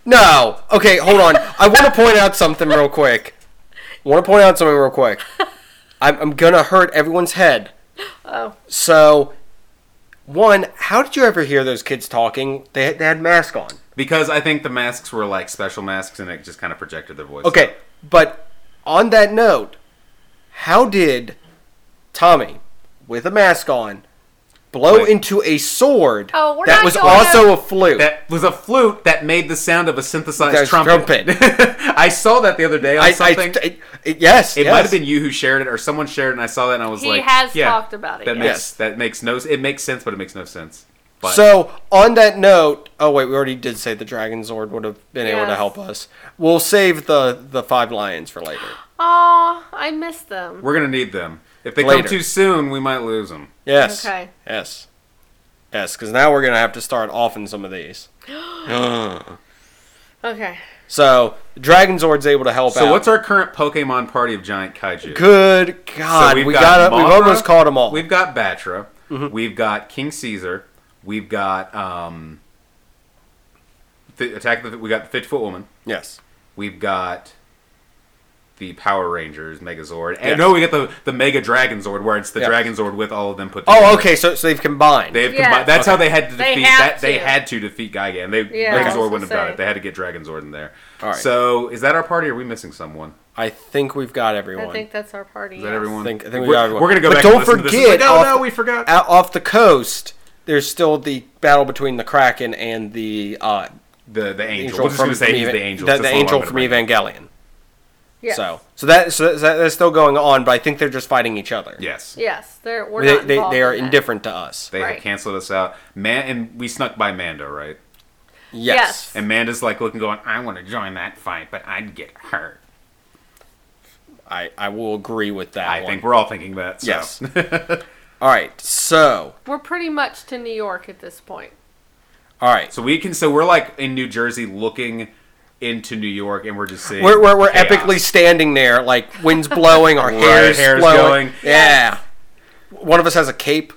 Speaker 2: No. Okay, hold on. I want to point out something real quick. Want to point out something real
Speaker 4: (laughs)
Speaker 2: quick. I'm, I'm gonna hurt everyone's head.
Speaker 4: Oh.
Speaker 2: So, one, how did you ever hear those kids talking? They, they had masks on.
Speaker 3: Because I think the masks were like special masks, and it just kind of projected their voice.
Speaker 2: Okay, but on that note, how did Tommy, with a mask on, blow
Speaker 3: Wait.
Speaker 2: into a sword
Speaker 4: Oh, we're
Speaker 2: that
Speaker 4: not
Speaker 2: was
Speaker 4: going
Speaker 2: also a flute?
Speaker 3: That was a flute that made the sound of a synthesized
Speaker 2: That's
Speaker 3: trumpet. (laughs) I saw that the other day on
Speaker 2: I, I,
Speaker 3: something.
Speaker 2: I- yes,
Speaker 3: it
Speaker 2: yes.
Speaker 3: might have been you who shared it, or someone shared it, and I saw that, and I was
Speaker 4: He
Speaker 3: like,
Speaker 4: has
Speaker 3: yeah,
Speaker 4: talked about it,
Speaker 3: That
Speaker 4: yes.
Speaker 3: makes
Speaker 2: Yes.
Speaker 3: that makes no. It makes sense, but it makes no sense. But
Speaker 2: So on that note, oh wait, we already did say the Dragon Zord would have been able to
Speaker 4: Yes.
Speaker 2: help us. We'll save the the five lions for
Speaker 4: (gasps)
Speaker 2: later.
Speaker 4: Oh, I missed them.
Speaker 3: we're gonna need them. If they
Speaker 2: Later.
Speaker 3: come too soon, we might lose them.
Speaker 2: Yes.
Speaker 4: Okay.
Speaker 2: Yes. Yes, because now we're gonna have to start off in some of
Speaker 4: (gasps)
Speaker 2: these.
Speaker 4: Okay.
Speaker 2: So the Dragon Zord's able to help
Speaker 3: So
Speaker 2: out.
Speaker 3: what's our current Pokemon party of giant kaiju?
Speaker 2: good God? we got, to we've
Speaker 3: Mothra,
Speaker 2: almost caught them all. Mm-hmm.
Speaker 3: We've got Batra. We've got King Caesar. We've got um, the attack. Of the, we got the fifty foot woman.
Speaker 2: yes.
Speaker 3: We've got the Power Rangers Megazord. And
Speaker 2: Yes.
Speaker 3: no, we got the the Mega Dragon Zord, where it's the
Speaker 2: Yeah.
Speaker 3: Dragon Zord with all of them put. together.
Speaker 2: Oh, okay. So so they've combined.
Speaker 3: They've
Speaker 4: Yeah.
Speaker 3: combined. That's how they had to
Speaker 4: They
Speaker 3: defeat.
Speaker 4: have
Speaker 3: that, They
Speaker 4: to.
Speaker 3: had to defeat Gigan. They
Speaker 4: Yeah, I was
Speaker 3: Megazord
Speaker 4: gonna
Speaker 3: wouldn't have done
Speaker 4: say.
Speaker 3: it. They had to get Dragon Zord in there.
Speaker 2: All right.
Speaker 3: So is that our party? or Are we missing someone?
Speaker 2: I think we've got everyone.
Speaker 4: I think that's our party.
Speaker 3: Is that
Speaker 4: yes.
Speaker 3: everyone?
Speaker 2: I think, I think we
Speaker 3: we're,
Speaker 2: got everyone.
Speaker 3: we're gonna go
Speaker 2: But
Speaker 3: back.
Speaker 2: don't
Speaker 3: and listen to this.
Speaker 2: forget,
Speaker 3: Like, oh
Speaker 2: off
Speaker 3: no,
Speaker 2: the-
Speaker 3: we forgot.
Speaker 2: out off the coast. There's still the battle between the Kraken and the uh,
Speaker 3: the the angel.
Speaker 2: angel
Speaker 3: We're just
Speaker 2: from
Speaker 3: gonna say he's
Speaker 2: Eva-
Speaker 3: the angel.
Speaker 2: the-
Speaker 3: That's
Speaker 2: the
Speaker 3: all I'm
Speaker 2: angel
Speaker 3: gonna
Speaker 2: from
Speaker 3: bring up.
Speaker 2: Evangelion.
Speaker 4: Yes.
Speaker 2: So, so that so that, that's still going on, but I think they're just fighting each other.
Speaker 3: Yes.
Speaker 4: Yes, they're we're
Speaker 2: they
Speaker 4: not
Speaker 2: they,
Speaker 4: involved
Speaker 2: they are
Speaker 4: in that.
Speaker 2: indifferent to us.
Speaker 3: They
Speaker 4: Right.
Speaker 3: had canceled us out. Man, and we snuck by Mando, right?
Speaker 2: yes.
Speaker 4: Yes.
Speaker 3: And Manda's like looking, going, "I want to join that fight, but I'd get hurt."
Speaker 2: I I will agree with that.
Speaker 3: I
Speaker 2: one.
Speaker 3: think we're all thinking that. So.
Speaker 2: yes. all right. So
Speaker 4: We're pretty much to New York at this point.
Speaker 2: all right.
Speaker 3: (laughs) so we can. So we're like in New Jersey, looking into New York, and we're just seeing.
Speaker 2: we're we're, we're
Speaker 3: chaos.
Speaker 2: epically standing there, like winds blowing, our
Speaker 3: (laughs) Right,
Speaker 2: hair's,
Speaker 3: hair's
Speaker 2: blowing.
Speaker 3: going.
Speaker 2: Yeah. One of us has a cape.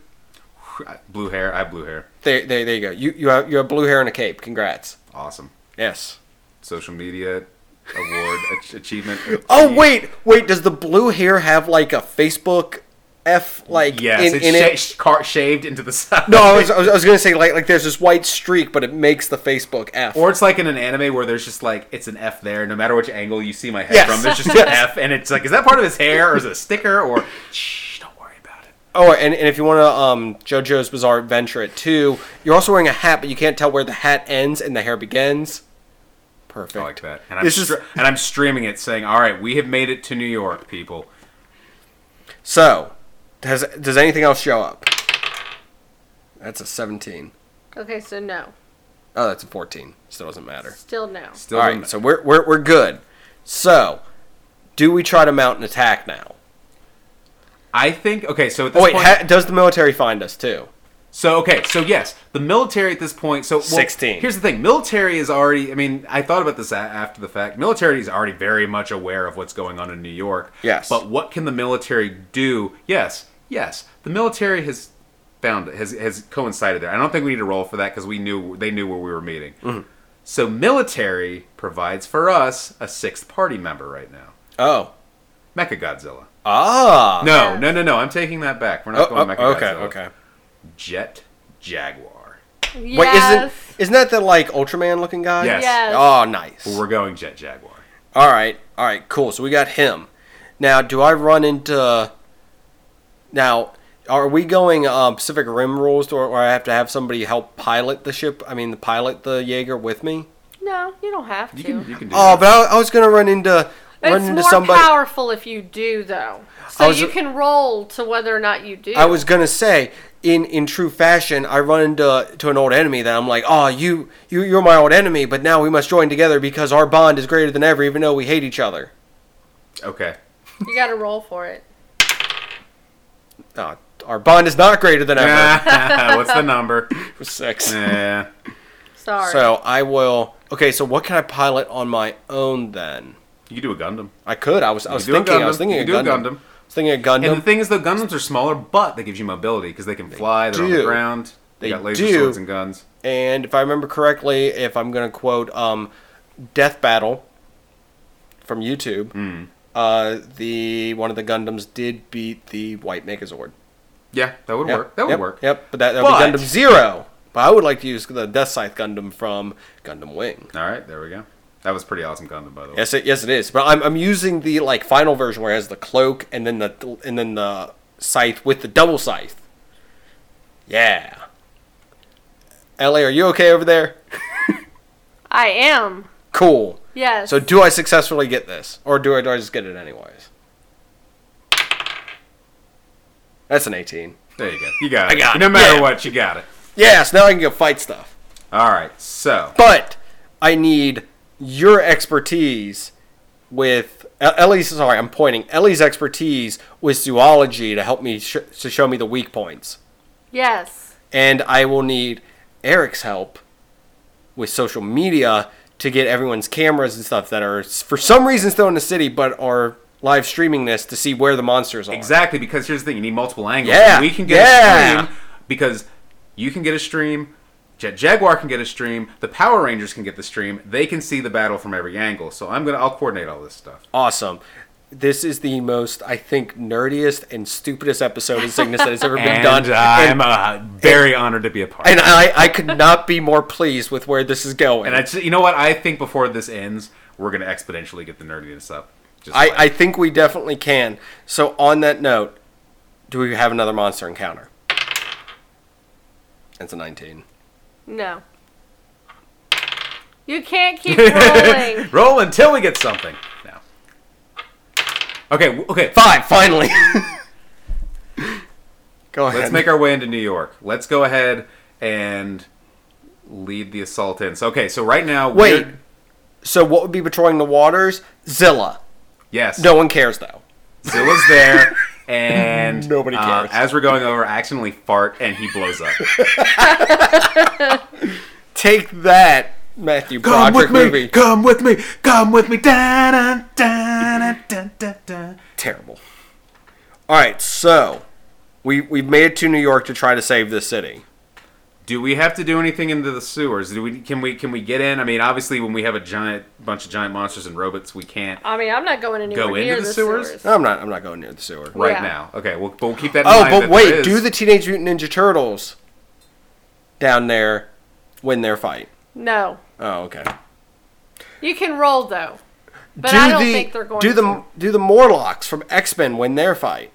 Speaker 3: Blue hair. I have blue hair.
Speaker 2: There, there, there you go. You you have you have blue hair and a cape. Congrats.
Speaker 3: Awesome.
Speaker 2: Yes.
Speaker 3: Social media
Speaker 2: (laughs)
Speaker 3: award ach- achievement.
Speaker 2: Oh wait, wait. Does the blue hair have like a Facebook F like
Speaker 3: Yes,
Speaker 2: in,
Speaker 3: it's
Speaker 2: in
Speaker 3: sha-
Speaker 2: it?
Speaker 3: sh- car- shaved into the side.
Speaker 2: No, I was, I was, I was gonna say like like there's this white streak, but it makes the Facebook F.
Speaker 3: (laughs) Or it's like in an anime where there's just like it's an F there, no matter which angle you see my head
Speaker 2: Yes.
Speaker 3: from. There's
Speaker 2: (laughs)
Speaker 3: just an
Speaker 2: Yes.
Speaker 3: F, and it's like, is that part of his hair or is it a sticker?
Speaker 2: (laughs)
Speaker 3: Or shh, don't worry about it.
Speaker 2: oh, and, and if you want to um JoJo's Bizarre Adventure at two, you're also wearing a hat, but you can't tell where the hat ends and the hair begins. Perfect.
Speaker 3: Oh, I like that. And I'm
Speaker 2: This is-
Speaker 3: stre- and I'm streaming it, saying, "All right, we have made it to New York, people."
Speaker 2: So, does does anything else show up? That's a 17.
Speaker 4: Okay, so no,
Speaker 2: Oh, that's a 14. Still doesn't matter.
Speaker 4: still no.
Speaker 3: Still,
Speaker 2: All
Speaker 3: don't-
Speaker 2: right, so we're, we're, we're good. So, do we try to mount an attack now?
Speaker 3: I think okay. So at this
Speaker 2: Oh, wait,
Speaker 3: point,
Speaker 2: ha- does the military find us too?
Speaker 3: So okay, so yes, the military at this point. So well,
Speaker 2: 16.
Speaker 3: Here's the thing: military is already. I mean, I thought about this a- after the fact. Military is already very much aware of what's going on in New York.
Speaker 2: Yes.
Speaker 3: But what can the military do? Yes, yes. The military has found has has coincided there. I don't think we need to roll for that because we knew they knew where we were meeting.
Speaker 2: Mm-hmm.
Speaker 3: So military provides for us a sixth party member right now,
Speaker 2: Oh.
Speaker 3: Mecha Godzilla.
Speaker 2: Ah.
Speaker 3: No, no, no, no. I'm taking that back. We're
Speaker 2: Oh,
Speaker 3: not
Speaker 2: oh,
Speaker 3: going Mecha
Speaker 2: okay,
Speaker 3: Godzilla.
Speaker 2: okay.
Speaker 3: Jet Jaguar.
Speaker 2: Wait,
Speaker 4: yes.
Speaker 2: isn't isn't that the like Ultraman looking guy?
Speaker 3: Yes.
Speaker 4: Yes.
Speaker 2: Oh, nice.
Speaker 3: We're going Jet Jaguar.
Speaker 2: All right, all right, cool. So we got him. Now, do I run into? Now, Are we going uh, Pacific Rim rules, or, or I have to have somebody help pilot the ship? I mean, the pilot the Jaeger with me.
Speaker 4: No, you don't have to.
Speaker 3: You can, you can do
Speaker 2: Oh,
Speaker 3: that.
Speaker 2: but I, I was gonna run into run
Speaker 4: it's
Speaker 2: into
Speaker 4: more
Speaker 2: somebody.
Speaker 4: powerful if you do, though. So
Speaker 2: I was-
Speaker 4: you can roll to whether or not you do.
Speaker 2: I was gonna say, in in true fashion, I run into to an old enemy that I'm like, oh, you you you're my old enemy, but now we must join together because our bond is greater than ever, even though we hate each other. (laughs)
Speaker 3: Okay.
Speaker 4: You got to roll for it.
Speaker 2: Uh, our bond is not greater than ever.
Speaker 3: (laughs) What's the number?
Speaker 2: Six.
Speaker 3: Yeah.
Speaker 4: Sorry.
Speaker 2: So I will. Okay, so what can I pilot on my own then?
Speaker 3: You can do a Gundam.
Speaker 2: I could. I was. I was
Speaker 3: do a
Speaker 2: thinking. I was
Speaker 3: Gundam.
Speaker 2: thinking
Speaker 3: You
Speaker 2: a
Speaker 3: do a
Speaker 2: Gundam.
Speaker 3: Gundam.
Speaker 2: I was thinking a
Speaker 3: And the
Speaker 2: Gundam.
Speaker 3: thing is, though, Gundams are smaller, but they gives you mobility because they can fly. They're on the
Speaker 2: do.
Speaker 3: ground. They,
Speaker 2: They
Speaker 3: got laser
Speaker 2: do.
Speaker 3: swords and guns.
Speaker 2: and if I remember correctly, if I'm going to quote um, Death Battle from YouTube,
Speaker 3: Hmm.
Speaker 2: uh, the one of the Gundams did beat the White Megazord.
Speaker 3: Yeah, that would
Speaker 2: Yep,
Speaker 3: work. That would
Speaker 2: yep,
Speaker 3: work.
Speaker 2: Yep, but that that would
Speaker 3: But-
Speaker 2: be Gundam Zero. But I would like to use the Death Scythe Gundam from Gundam Wing.
Speaker 3: All right, there we go. That was a pretty awesome Gundam, by the way.
Speaker 2: Yes, it yes it is. But I'm I'm using the like final version where it has the cloak and then the and then the scythe with the double scythe. Yeah. La, are you okay over there?
Speaker 4: I am.
Speaker 2: Cool.
Speaker 4: Yes.
Speaker 2: So do I successfully get this, or do I, do I just get it anyways? That's an 18.
Speaker 3: There you go. You got it.
Speaker 2: got
Speaker 3: no
Speaker 2: it.
Speaker 3: matter
Speaker 2: Yeah.
Speaker 3: what, you got it.
Speaker 2: Yes, now I can go fight stuff.
Speaker 3: All right, so
Speaker 2: But I need your expertise with E- Ellie's. Sorry, I'm pointing. Ellie's expertise with zoology to help me sh- to show me the weak points,
Speaker 4: yes.
Speaker 2: and I will need Eric's help with social media to get everyone's cameras and stuff that are s- for some reason still in the city but are live streaming this to see where the monsters are.
Speaker 3: exactly because here's the thing: you need multiple angles.
Speaker 2: Yeah,
Speaker 3: we can get
Speaker 2: yeah.
Speaker 3: a stream because you can get a stream. Jet Jaguar can get a stream. The Power Rangers can get the stream. They can see the battle from every angle. So I'm gonna I'll coordinate all this stuff.
Speaker 2: Awesome. This is the most, I think, nerdiest and stupidest episode of Cygnus that has ever been
Speaker 3: And
Speaker 2: done. and,
Speaker 3: I'm uh, very honored to be a part.
Speaker 2: and I, I could not be more pleased with where this is going.
Speaker 3: And I just, you know what? I think before this ends, we're gonna exponentially get the nerdiness up. Just
Speaker 2: I,
Speaker 3: like-
Speaker 2: I think we definitely can. So, on that note, do we have another monster encounter? That's a 19.
Speaker 4: No. You can't
Speaker 2: (laughs)
Speaker 4: keep rolling.
Speaker 3: roll until we get something. No. Okay. w- Okay.
Speaker 2: Five, finally. (laughs) Go ahead.
Speaker 3: Let's make our way into New York. Let's go ahead and lead the assault in. So okay. So right now,
Speaker 2: Wait.
Speaker 3: we're-
Speaker 2: So, what would be patrolling the waters? Zilla.
Speaker 3: Yes.
Speaker 2: No one cares, though.
Speaker 3: Zilla's there, and
Speaker 2: (laughs) Nobody
Speaker 3: uh,
Speaker 2: cares.
Speaker 3: as we're going over, I accidentally fart, and he
Speaker 2: (laughs)
Speaker 3: blows up.
Speaker 2: Take that, Matthew Broderick movie.
Speaker 5: Come with me. Come with me. Da, da, da, da, da, da, da.
Speaker 2: terrible. All right, so we we've made it to New York to try to save this city.
Speaker 3: Do we have to do anything into the sewers? Do we? Can we? Can we get in? I mean, obviously, when we have a giant bunch of giant monsters and robots, we can't
Speaker 4: I mean, I'm not going anywhere
Speaker 3: Go into
Speaker 4: near
Speaker 3: the sewers?
Speaker 2: No, I'm not. I'm not going near the sewer.
Speaker 3: right
Speaker 4: Yeah.
Speaker 3: now. Okay. Well, but we'll keep that. In
Speaker 2: Oh,
Speaker 3: mind
Speaker 2: but
Speaker 3: that there
Speaker 2: wait!
Speaker 3: is-
Speaker 2: Do the Teenage Mutant Ninja Turtles down there win their fight?
Speaker 4: No.
Speaker 2: Oh, okay.
Speaker 4: You can roll though, but I don't think they're going
Speaker 2: do the
Speaker 4: to.
Speaker 2: do the Morlocks from X Men win their fight?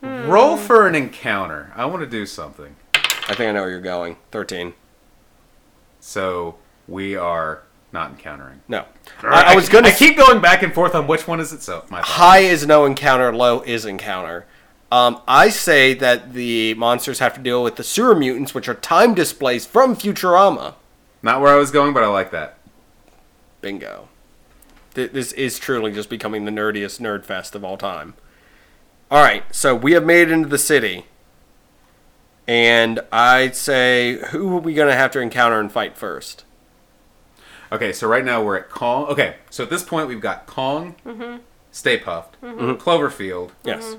Speaker 3: roll for an encounter. I want to do something.
Speaker 2: I think I know where you're going. Thirteen.
Speaker 3: So we are not encountering.
Speaker 2: No, I, I was gonna.
Speaker 3: I keep going back and forth on which one is it. So my bad.
Speaker 2: high is no encounter, low is encounter. Um, I say that the monsters have to deal with the sewer mutants, which are time displaced from Futurama.
Speaker 3: Not where I was going, but I like that.
Speaker 2: Bingo. Th- this is truly just becoming the nerdiest nerd fest of all time. All right, so we have made it into the city, and I'd say who are we gonna have to encounter and fight first?
Speaker 3: Okay, so right now we're at Kong. Okay, so at this point we've got Kong, Stay Puffed, Cloverfield,
Speaker 2: Yes,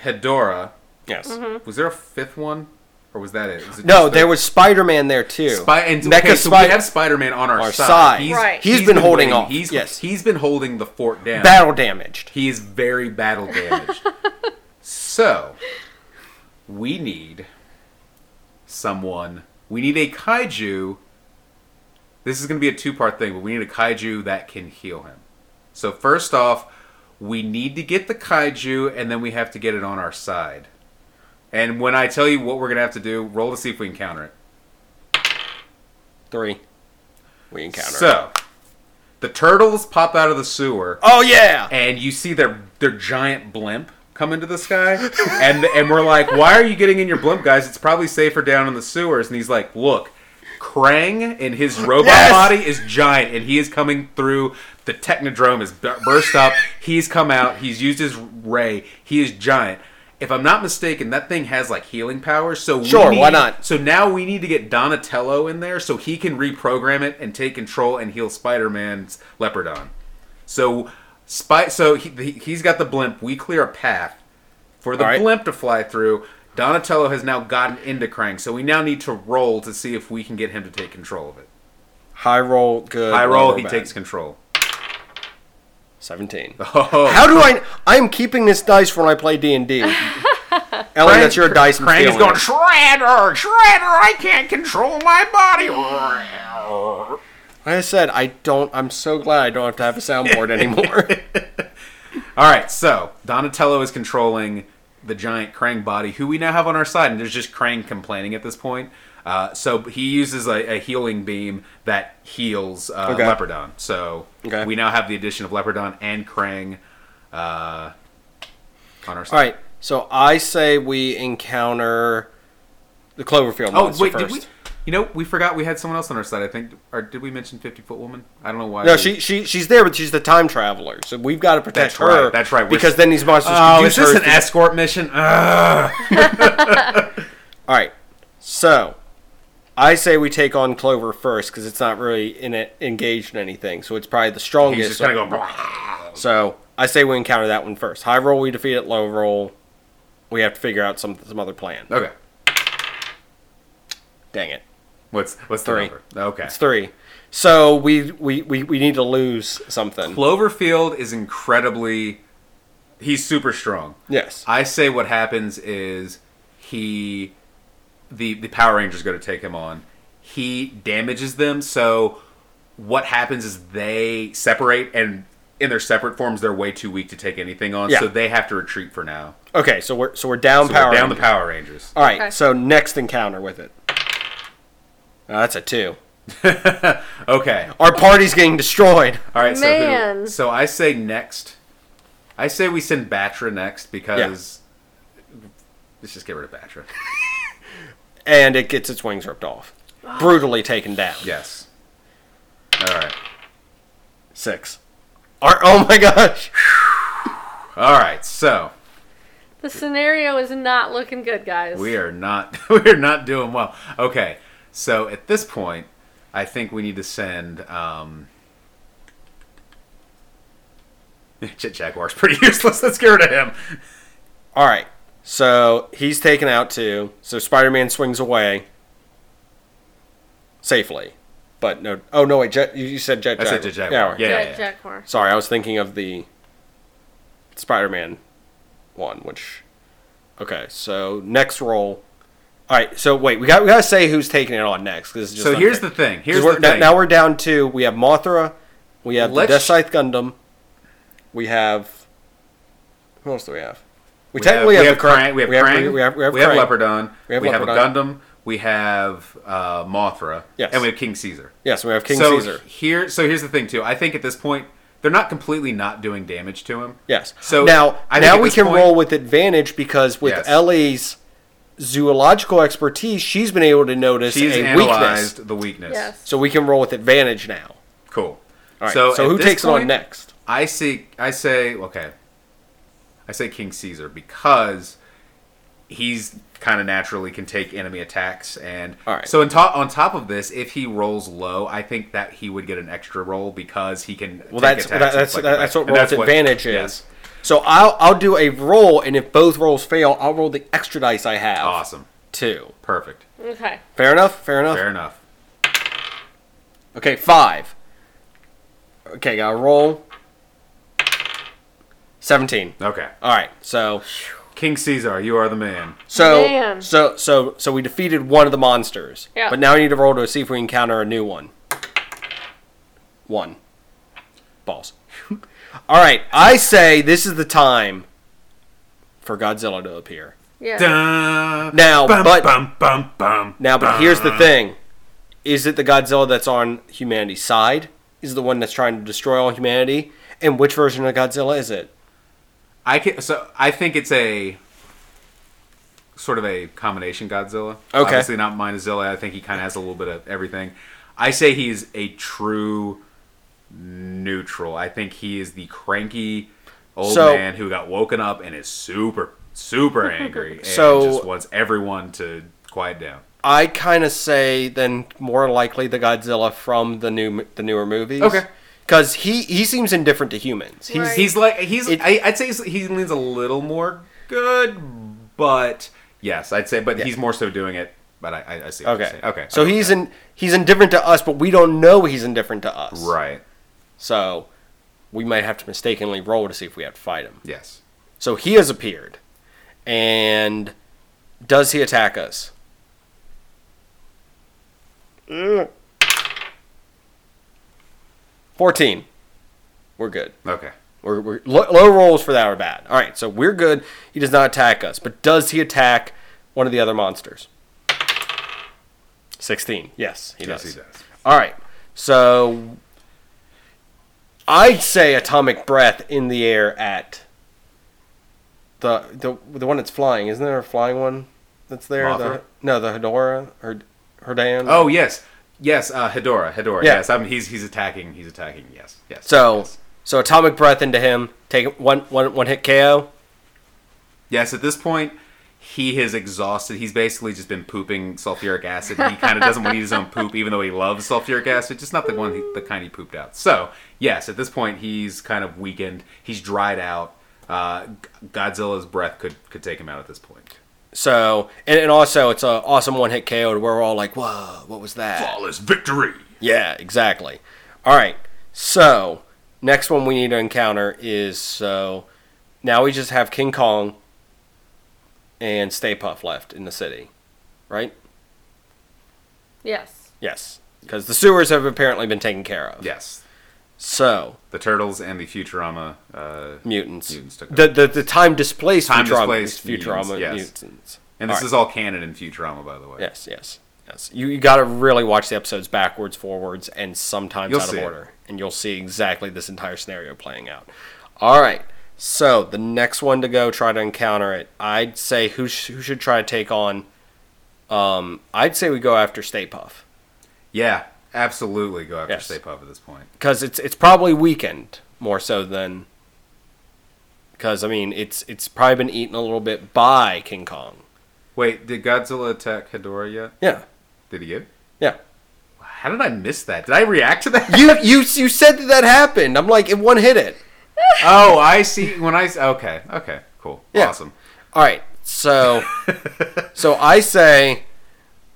Speaker 3: Hedora.
Speaker 2: yes.
Speaker 3: Was there a fifth one, or was that it? Was it
Speaker 2: No,
Speaker 3: just
Speaker 2: there
Speaker 3: the-
Speaker 2: was Spider Man there too.
Speaker 3: Spy- and
Speaker 2: Mecha
Speaker 3: okay, so
Speaker 2: Spy-
Speaker 3: we have Spider-Man on our,
Speaker 2: Our
Speaker 3: side.
Speaker 2: side.
Speaker 4: Right.
Speaker 2: He's been holding
Speaker 3: waiting.
Speaker 2: off.
Speaker 3: He's,
Speaker 2: Yes.
Speaker 3: he's been holding the fort down.
Speaker 2: battle damaged.
Speaker 3: He is very battle damaged. so, we need someone. We need a kaiju. This is going to be a two part thing, but we need a kaiju that can heal him. So, first off, we need to get the kaiju, and then we have to get it on our side. And when I tell you what we're gonna have to do, roll to see if we can counter it.
Speaker 2: Three. We encounter.
Speaker 3: So, the turtles pop out of the sewer,
Speaker 2: oh yeah.
Speaker 3: and you see their their giant blimp come into the sky, and and we're like, "Why are you getting in your blimp, guys? It's probably safer down in the sewers." And he's like, "Look." Krang in
Speaker 2: (laughs)
Speaker 3: his robot
Speaker 2: Yes!
Speaker 3: body is giant, and he is coming through. The technodrome is bu- burst up. He's come out. He's used his ray. He is giant. If I'm not mistaken, that thing has like healing powers. So we
Speaker 2: Sure,
Speaker 3: need-
Speaker 2: why not?
Speaker 3: so now we need to get Donatello in there so he can reprogram it and take control and heal Spider-Man's Leopardon. So, spy, so he, he- he's got the blimp. We clear a path for the
Speaker 2: All right.
Speaker 3: blimp to fly through. Donatello has now gotten into Krang, so we now need to roll to see if we can get him to take control of it.
Speaker 2: High roll. Good.
Speaker 3: I
Speaker 2: low
Speaker 3: roll, he
Speaker 2: bad.
Speaker 3: takes control.
Speaker 2: seventeen.
Speaker 3: (laughs) Oh,
Speaker 2: How do I? I am keeping this dice for when I play D and D. Ellen, that's your dice. I'm
Speaker 3: Krang is
Speaker 2: stealing
Speaker 3: going,
Speaker 2: it.
Speaker 3: Shredder, Shredder, I can't control my body.
Speaker 2: (laughs) Like I said, I don't. I'm so glad I don't have to have a
Speaker 3: (laughs)
Speaker 2: soundboard anymore.
Speaker 3: All right, so Donatello is controlling the giant Krang body, who we now have on our side, and there's just Krang complaining at this point. Uh, so he uses a, a healing beam that heals uh,
Speaker 2: Okay.
Speaker 3: Leopardon. So
Speaker 2: Okay.
Speaker 3: we now have the addition of Leopardon and Krang uh, on our side.
Speaker 2: All right. So I say we encounter the Cloverfield
Speaker 3: Oh
Speaker 2: monster
Speaker 3: wait,
Speaker 2: first.
Speaker 3: did we? You know, we forgot we had someone else on our side. I think, or did we mention Fifty Foot Woman? I don't know why.
Speaker 2: No,
Speaker 3: we-
Speaker 2: she she she's there, but she's the time traveler. So we've got to protect
Speaker 3: That's
Speaker 2: her.
Speaker 3: right, that's right, we're-
Speaker 2: Because then these monsters. can
Speaker 3: Oh,
Speaker 2: use
Speaker 3: is this
Speaker 2: her
Speaker 3: an
Speaker 2: to-
Speaker 3: escort mission? Ugh.
Speaker 2: All right. So I say we take on Clover first because it's not really in it, engaged in anything. So it's probably the strongest.
Speaker 3: He's just kind of going.
Speaker 2: So I say we encounter that one first. High roll, we defeat it. Low roll, we have to figure out some some other plan.
Speaker 3: (laughs) Okay,
Speaker 2: Dang it.
Speaker 3: what's what's the
Speaker 2: Three.
Speaker 3: number? Okay,
Speaker 2: It's three. So we we, we, we need to lose something.
Speaker 3: Cloverfield is incredibly. He's super strong.
Speaker 2: Yes.
Speaker 3: I say what happens is he, the the Power Rangers go to take him on. He damages them. So what happens is they separate, and in their separate forms, they're way too weak to take anything on.
Speaker 2: Yeah.
Speaker 3: So they have to retreat for now.
Speaker 2: Okay, so we're so we're down
Speaker 3: So we're
Speaker 2: power.
Speaker 3: down the
Speaker 2: Rangers.
Speaker 3: Power Rangers.
Speaker 2: All right.
Speaker 4: Okay.
Speaker 2: So next encounter with it. Uh, that's a two.
Speaker 3: Okay.
Speaker 2: Our party's getting destroyed.
Speaker 3: All right, so who,
Speaker 4: Man.
Speaker 3: so I say next. I say we send Batra next because let's just get rid of Batra.
Speaker 2: and it gets its wings ripped off, brutally taken down.
Speaker 3: Yes. All right.
Speaker 2: Six. Our, oh my gosh.
Speaker 3: All right. So
Speaker 4: The scenario is not looking good, guys.
Speaker 3: we are not (laughs) we are not doing well. Okay. So at this point, I think we need to send. Um, (laughs) Chit Jaguar's pretty (laughs) useless. Let's get rid of him.
Speaker 2: All right. So he's taken out too. So Spider Man swings away safely, but no. Oh no! Wait, Jet, you- you said Jet.
Speaker 3: I said Jet Jaguar.
Speaker 2: Yeah.
Speaker 3: Yeah.
Speaker 2: right.
Speaker 4: Jack, Jack Horner.
Speaker 2: Sorry, I was thinking of the Spider Man one, which. Okay, so next roll. All right, so wait, we got we gotta say who's taking it on next. 'cause it's just
Speaker 3: So here's
Speaker 2: unfair.
Speaker 3: the thing.
Speaker 2: 'Cause
Speaker 3: Here's
Speaker 2: we're,
Speaker 3: the
Speaker 2: now-
Speaker 3: thing.
Speaker 2: Now we're down to we have Mothra, we have the
Speaker 3: Let's-
Speaker 2: Death Scythe Gundam, we have who else do we have? We,
Speaker 3: We have,
Speaker 2: technically
Speaker 3: we
Speaker 2: have,
Speaker 3: have
Speaker 2: the Krang-
Speaker 3: Krang. We have Krang.
Speaker 2: we have we have, Krang.
Speaker 3: Leopardon.
Speaker 2: We have
Speaker 3: We have a
Speaker 2: Leopardon.
Speaker 3: Gundam. We have uh, Mothra.
Speaker 2: Yes.
Speaker 3: And we have King Caesar.
Speaker 2: Yes, we have King
Speaker 3: so
Speaker 2: Caesar.
Speaker 3: Here, so here's the thing too. I think at this point they're not completely not doing damage to him.
Speaker 2: Yes.
Speaker 3: So
Speaker 2: now
Speaker 3: I think
Speaker 2: now
Speaker 3: at
Speaker 2: we
Speaker 3: this
Speaker 2: can
Speaker 3: point-
Speaker 2: roll with advantage because with
Speaker 3: Yes.
Speaker 2: Ellie's zoological expertise, she's been able to notice
Speaker 3: She's
Speaker 2: a
Speaker 3: analyzed
Speaker 2: weakness.
Speaker 3: the weakness.
Speaker 4: Yes.
Speaker 2: So we can roll with advantage now.
Speaker 3: Cool.
Speaker 2: All right. So,
Speaker 3: at
Speaker 2: who
Speaker 3: this
Speaker 2: takes it on
Speaker 3: point,
Speaker 2: next?
Speaker 3: I see. I say okay. I say King Caesar because he's kind of naturally can take enemy attacks and
Speaker 2: All right.
Speaker 3: so on top on top of this, if he rolls low, I think that he would get an extra roll because he can.
Speaker 2: Well, that's that, that's that's what roll with advantage is.
Speaker 3: Yes.
Speaker 2: So I'll I'll do a roll, and if both rolls fail, I'll roll the extra dice I have.
Speaker 3: Awesome.
Speaker 2: Two.
Speaker 3: Perfect.
Speaker 4: Okay.
Speaker 2: Fair enough. Fair enough.
Speaker 3: Fair enough.
Speaker 2: Okay, five. Okay, got to roll. Seventeen.
Speaker 3: Okay.
Speaker 2: All right. So
Speaker 3: King Caesar, you are the man.
Speaker 2: so
Speaker 4: Man.
Speaker 2: so so so we defeated one of the monsters.
Speaker 4: Yeah.
Speaker 2: But now we need to roll to see if we encounter a new one. One. Balls. (laughs) All right. I say this is the time for Godzilla to appear.
Speaker 4: Yeah.
Speaker 5: da.
Speaker 2: Now,
Speaker 5: bum,
Speaker 2: but-
Speaker 5: bum, bum, bum,
Speaker 2: Now, but
Speaker 5: bum.
Speaker 2: here's the thing: is it the Godzilla that's on humanity's side? Is it the one that's trying to destroy all humanity? And which version of Godzilla is it?
Speaker 3: I can, so I think it's a sort of a combination Godzilla. Obviously not Minozilla. I think he kind of has a little bit of everything. I say he's a true neutral. I think he is the cranky old
Speaker 2: So-
Speaker 3: man who got woken up and is super
Speaker 2: (laughs)
Speaker 3: super angry and
Speaker 2: So-
Speaker 3: just wants everyone to quiet down.
Speaker 2: I kind of say then more likely the Godzilla from the new the newer movies.
Speaker 3: Okay.
Speaker 2: Because he he seems indifferent to humans. He,
Speaker 3: He's,
Speaker 4: Right.
Speaker 3: he's like he's.
Speaker 2: It-
Speaker 3: I, I'd say he's, he leans a little more good, but yes, I'd say. But he's more so doing it. But I, I, I see. What you're
Speaker 2: okay.
Speaker 3: saying. Okay.
Speaker 2: So
Speaker 3: okay.
Speaker 2: he's in he's indifferent to us, but we don't know he's indifferent to us.
Speaker 3: right.
Speaker 2: So we might have to mistakenly roll to see if we have to fight him.
Speaker 3: Yes.
Speaker 2: So he has appeared, and does he attack us? Fourteen. We're good.
Speaker 3: Okay.
Speaker 2: We're, we're low, low rolls for that are bad. All right, so we're good. He does not attack us, but does he attack one of the other monsters? Sixteen. Yes, he
Speaker 3: Yes,
Speaker 2: does.
Speaker 3: he does.
Speaker 2: All right, so I'd say atomic breath in the air at the the the one that's flying. Isn't there a flying one that's there? The,
Speaker 3: Mothra?
Speaker 2: no, the Hedora or Herdan.
Speaker 3: Oh yes, yes. Uh, Hedora. Hedora.
Speaker 2: Yeah.
Speaker 3: Yes. I'm, he's he's attacking. He's attacking. Yes. Yes.
Speaker 2: so
Speaker 3: Yes.
Speaker 2: so atomic breath into him. Take one one one hit KO.
Speaker 3: Yes, at this point, he has exhausted. He's basically just been pooping sulfuric acid. He kind of doesn't want to eat
Speaker 2: (laughs)
Speaker 3: his own poop, even though he loves sulfuric acid. Just not the one, he, the kind he pooped out. So, yes, at this point, he's kind of weakened. He's dried out. Uh, G- Godzilla's breath could could take him out at this point.
Speaker 2: So, and, and also it's a awesome one hit KO. to where We're all like, "Whoa, what was that?"
Speaker 3: Flawless victory.
Speaker 2: Yeah, exactly. All right. So next one we need to encounter is so now we just have King Kong and Stay Puff left in the city, right?
Speaker 4: Yes.
Speaker 2: Yes, because the sewers have apparently been taken care of.
Speaker 3: Yes,
Speaker 2: So
Speaker 3: the turtles and the Futurama. Uh,
Speaker 2: mutants,
Speaker 3: Mutants took
Speaker 2: the, the the time displaced
Speaker 3: Time
Speaker 2: Futurama,
Speaker 3: displaced
Speaker 2: Futurama
Speaker 3: mutants, yes.
Speaker 2: mutants.
Speaker 3: and this
Speaker 2: All right.
Speaker 3: is all canon in Futurama, by the way.
Speaker 2: Yes, yes, yes. You you got to really watch the episodes backwards, forwards, and sometimes
Speaker 3: You'll
Speaker 2: out of
Speaker 3: see it.
Speaker 2: order, and you'll see exactly this entire scenario playing out. All right. So the next one to go try to encounter it, I'd say who sh- who should try to take on. Um, I'd say we go after Stay Puff
Speaker 3: Yeah, absolutely. Go after
Speaker 2: Yes.
Speaker 3: Stay Puft at this point.
Speaker 2: because it's it's probably weakened more so than. Because I mean, it's it's probably been eaten a little bit by King Kong.
Speaker 3: Wait, did Godzilla attack Hedora yet?
Speaker 2: Yeah,
Speaker 3: Did he get?
Speaker 2: yeah.
Speaker 3: How did I miss that? Did I react to that?
Speaker 2: You you you said that that happened. I'm like, it one hit it.
Speaker 3: (laughs) oh, I see. When I s- okay, okay, cool,
Speaker 2: Yeah.
Speaker 3: awesome. (laughs)
Speaker 2: All right, so so I say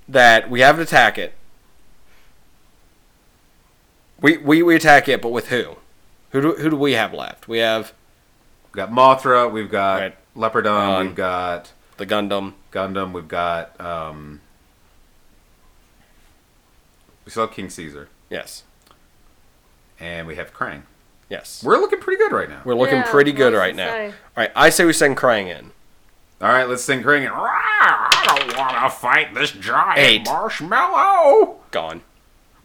Speaker 2: that we have to attack it. We, we we attack it, but with who? Who do who do we have left? We have
Speaker 3: We've got Mothra. We've got
Speaker 2: Right.
Speaker 3: Leopardon.
Speaker 2: Um,
Speaker 3: we've got
Speaker 2: the Gundam.
Speaker 3: Gundam. We've got um. We still have King Caesar,
Speaker 2: Yes,
Speaker 3: and we have Krang.
Speaker 2: yes. We're,
Speaker 3: We're looking pretty good right now.
Speaker 2: looking
Speaker 4: Yeah,
Speaker 2: pretty
Speaker 4: what
Speaker 2: good
Speaker 4: does it
Speaker 2: right now.
Speaker 4: say?
Speaker 2: All right, I say we send Krang in.
Speaker 3: All right, let's sing Krang. And, "Rawr, I don't want to fight this giant
Speaker 2: Eight.
Speaker 3: marshmallow.
Speaker 2: Gone.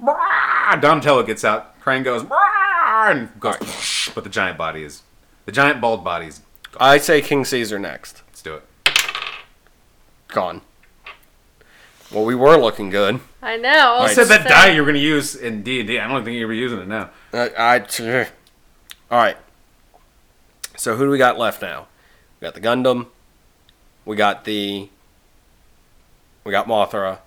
Speaker 3: Rawr. Donatello gets out. Krang goes "Rawr," and goes,
Speaker 2: Oh.
Speaker 3: but the giant body is the giant bald body is.
Speaker 2: I say King Caesar next.
Speaker 3: Let's do it.
Speaker 2: Gone. Well, we were looking good.
Speaker 4: I know.
Speaker 2: Right.
Speaker 3: I said that die you were going to use in D and I don't think you're using it now.
Speaker 2: Uh, I. (laughs) all right. So who do we got left now? We got the Gundam. We got the. We got Mothra.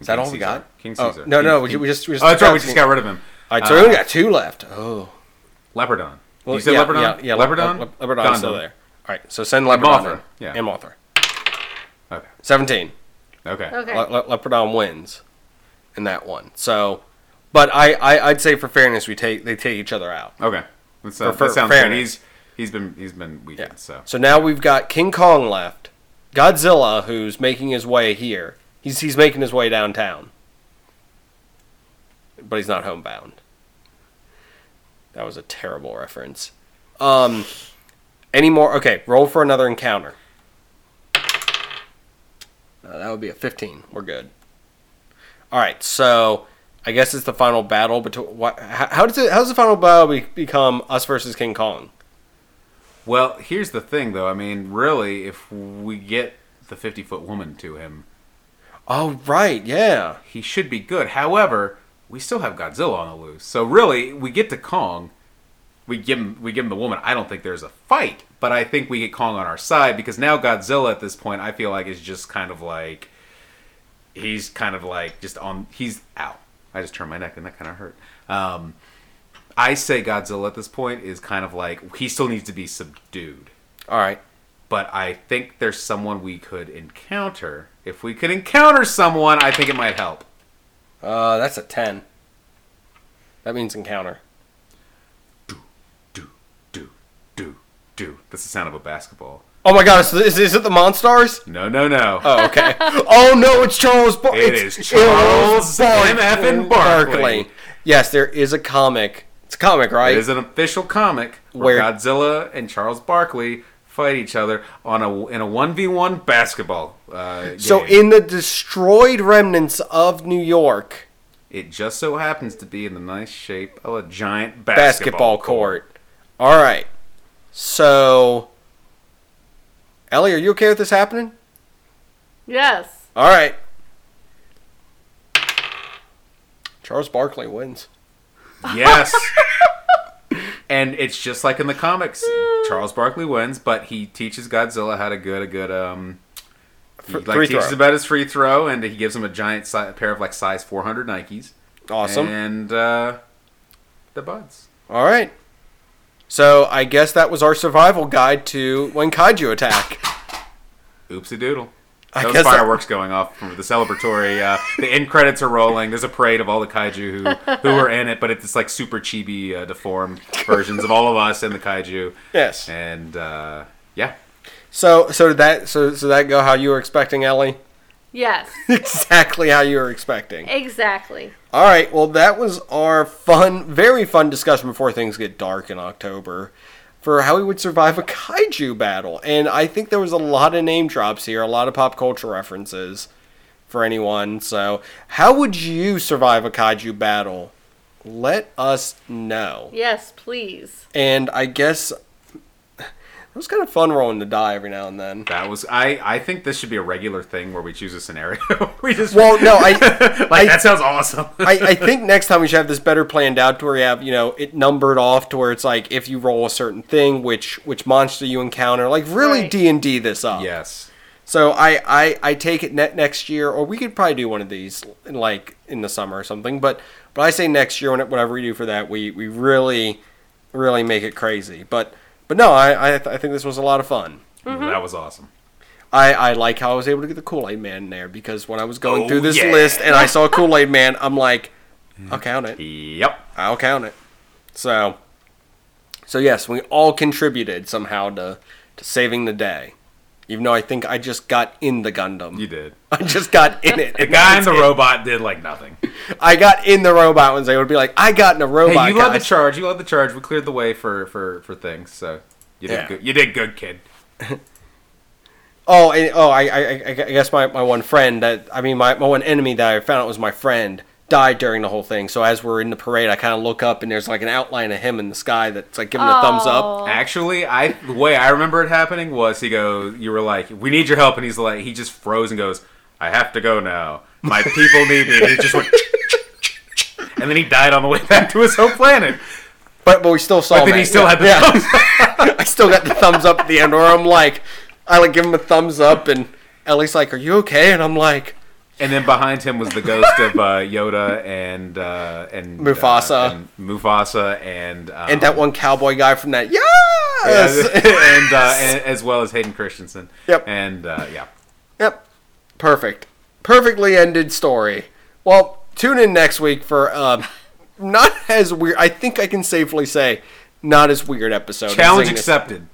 Speaker 2: Is that
Speaker 3: King
Speaker 2: all we
Speaker 3: Caesar.
Speaker 2: got?
Speaker 3: King
Speaker 2: Oh,
Speaker 3: Caesar.
Speaker 2: no, no,
Speaker 3: King-
Speaker 2: we, we just we just.
Speaker 3: Oh, that's right. We just got rid of him.
Speaker 2: All right, so we only got two left. Oh.
Speaker 3: Leopardon.
Speaker 2: Well,
Speaker 3: you said
Speaker 2: yeah,
Speaker 3: Leopardon?
Speaker 2: Yeah, yeah Le-
Speaker 3: Leopardon?
Speaker 2: Le- Le- Leopardon's still
Speaker 3: Gundam.
Speaker 2: there. All right, so send Leopardon.
Speaker 3: Mothra,
Speaker 2: in.
Speaker 3: yeah.
Speaker 2: And Mothra.
Speaker 3: Okay.
Speaker 2: Seventeen.
Speaker 3: Okay.
Speaker 4: Okay.
Speaker 2: Le- Le- Leopardon wins in that one. So, but I, I I'd say for fairness we take they take each other out.
Speaker 3: Okay. That's, uh,
Speaker 2: For-
Speaker 3: that
Speaker 2: for
Speaker 3: sounds good.
Speaker 2: fairness.
Speaker 3: He's, he's been, he's been weakened, so.
Speaker 2: now we've got King Kong left, Godzilla, who's making his way here. He's he's making his way downtown, but he's not homebound. That was a terrible reference. Um, any more? Okay, roll for another encounter. Uh, that would be a 15. We're good. All right, so I guess it's the final battle between. What, how, how does it? How does the final battle be, become us versus King Kong?
Speaker 3: Well, here's the thing, though. I mean, really, if we get the 50 foot woman to him,
Speaker 2: Oh right, yeah.
Speaker 3: he should be good. However, we still have Godzilla on the loose. So really, we get to Kong, we give him we give him the woman. I don't think there's a fight, but I think we get Kong on our side because now Godzilla at this point, I feel like is just kind of like he's kind of like just on he's out. I just turned my neck and that kind of hurt. Um, I say Godzilla at this point is kind of like he still needs to be subdued
Speaker 2: All right.
Speaker 3: but I think there's someone we could encounter. If we could encounter someone, I think it might help.
Speaker 2: Uh, that's a 10. That means encounter.
Speaker 3: Do, do, do, do. That's the sound of a basketball.
Speaker 2: Oh my gosh, is, is it the Monstars?
Speaker 3: No, no, no.
Speaker 2: Oh,
Speaker 3: (laughs)
Speaker 2: okay. oh no, it's Charles Bar-
Speaker 3: It
Speaker 2: it's
Speaker 3: is Charles
Speaker 2: Bar-
Speaker 3: M.F. and Barkley.
Speaker 2: Yes, there is a comic. It's a comic, right?
Speaker 3: It is an official comic
Speaker 2: Where-
Speaker 3: where, Godzilla and Charles Barkley fight each other on a in a one v one basketball. Uh,
Speaker 2: so
Speaker 3: game.
Speaker 2: in the destroyed remnants of New York
Speaker 3: it just so happens to be in the nice shape of a giant
Speaker 2: basketball, court. All right. So Ellie, are you okay with this happening?
Speaker 4: Yes.
Speaker 2: All right. Charles Barkley wins.
Speaker 3: (laughs) Yes. and it's just like in the comics. Charles Barkley wins, but he teaches Godzilla how to good a good um he,
Speaker 2: Fr-
Speaker 3: like
Speaker 2: free
Speaker 3: teaches
Speaker 2: throw.
Speaker 3: about his free throw and he gives him a giant si- pair of like size 400 Nikes.
Speaker 2: Awesome.
Speaker 3: And uh the buds.
Speaker 2: All right. So I guess that was our survival guide to when kaiju attack.
Speaker 3: Oopsie doodle.
Speaker 2: I
Speaker 3: Those
Speaker 2: guess I-
Speaker 3: fireworks going off from the celebratory. Uh, the end credits are rolling. There's a parade of all the kaiju who, who are in it, but it's like super chibi uh, deformed versions of all of us and the kaiju.
Speaker 2: Yes.
Speaker 3: And uh, yeah,
Speaker 2: So so did that so so that go how you were expecting, Ellie? (laughs)
Speaker 4: Yes. (laughs)
Speaker 2: Exactly how you were expecting.
Speaker 4: exactly.
Speaker 2: All right. Well, that was our fun, very fun discussion before things get dark in October for how we would survive a kaiju battle. And I think there was a lot of name drops here, a lot of pop culture references for anyone. So, how would you survive a kaiju battle? Let us know.
Speaker 4: Yes, please.
Speaker 2: And I guess it was kind of fun rolling the die every now and then.
Speaker 3: That was I. I think this should be a regular thing where we choose a scenario. (laughs) we just
Speaker 2: Well, no, (laughs) I.
Speaker 3: like
Speaker 2: I-
Speaker 3: that
Speaker 2: (laughs)
Speaker 3: sounds awesome.
Speaker 2: I, I think next time we should have this better planned out to where you have, you know, it numbered off to where it's like if you roll a certain thing, which which monster you encounter, like really
Speaker 4: Right.
Speaker 2: D and D this up.
Speaker 3: yes,
Speaker 2: So I I, I take it ne- next year, or we could probably do one of these in, like in the summer or something. But but I say next year, when- whatever we do for that, we we really really make it crazy. But but no, I I, I think this was a lot of fun.
Speaker 3: Mm-hmm. that was awesome.
Speaker 2: I, I like how I was able to get the Kool Aid Man there because when I was going
Speaker 3: Oh,
Speaker 2: through this
Speaker 3: yeah.
Speaker 2: list and I
Speaker 3: (laughs)
Speaker 2: saw Kool Aid Man, I'm like, I'll count it.
Speaker 3: Yep.
Speaker 2: I'll count it. So, so yes, we all contributed somehow to to saving the day. Even though I think I just got in the Gundam.
Speaker 3: You did.
Speaker 2: (laughs) I just got in it.
Speaker 3: The guy in the robot did like nothing.
Speaker 2: (laughs) I got in the robot ones. They would be like, I got in a robot.
Speaker 3: hey, you led the
Speaker 2: guys."
Speaker 3: charge. You led the charge. We cleared the way for for for things. So you did
Speaker 2: Yeah.
Speaker 3: good. You did good, kid.
Speaker 2: Oh, and, oh, I, I, I I guess my, my one friend that I mean my, my one enemy that I found out was my friend died during the whole thing. So as we're in the parade, I kind of look up and there's like an outline of him in the sky that's like giving a thumbs up.
Speaker 4: Oh.
Speaker 3: Actually, I the way I remember it happening was he goes, you were like, "We need your help," and he's like, he just froze and goes, "I have to go now. My people need me." And he just went, (laughs) and then he died on the way (laughs) back to his home planet.
Speaker 2: But but we still saw.
Speaker 3: But then
Speaker 2: him
Speaker 3: he
Speaker 2: at-
Speaker 3: still
Speaker 2: yeah,
Speaker 3: had the
Speaker 2: yeah. (laughs)
Speaker 3: thumbs up.
Speaker 2: I still got the thumbs up at the end, or I'm like, I like give him a thumbs up, and Ellie's like, "Are you okay?" And I'm like,
Speaker 3: And then behind him was the ghost of uh, Yoda and uh, and
Speaker 2: Mufasa.
Speaker 3: uh, and Mufasa, and um,
Speaker 2: and that one cowboy guy from that,
Speaker 3: yeah,
Speaker 2: yes,
Speaker 3: (laughs) and, uh, and as well as Hayden Christensen.
Speaker 2: Yep.
Speaker 3: And uh, yeah,
Speaker 2: (laughs) yep, perfect, perfectly ended story. Well, tune in next week for um, not as weird. I think I can safely say not as weird episode. as
Speaker 3: challenge
Speaker 2: Zingness.
Speaker 3: accepted.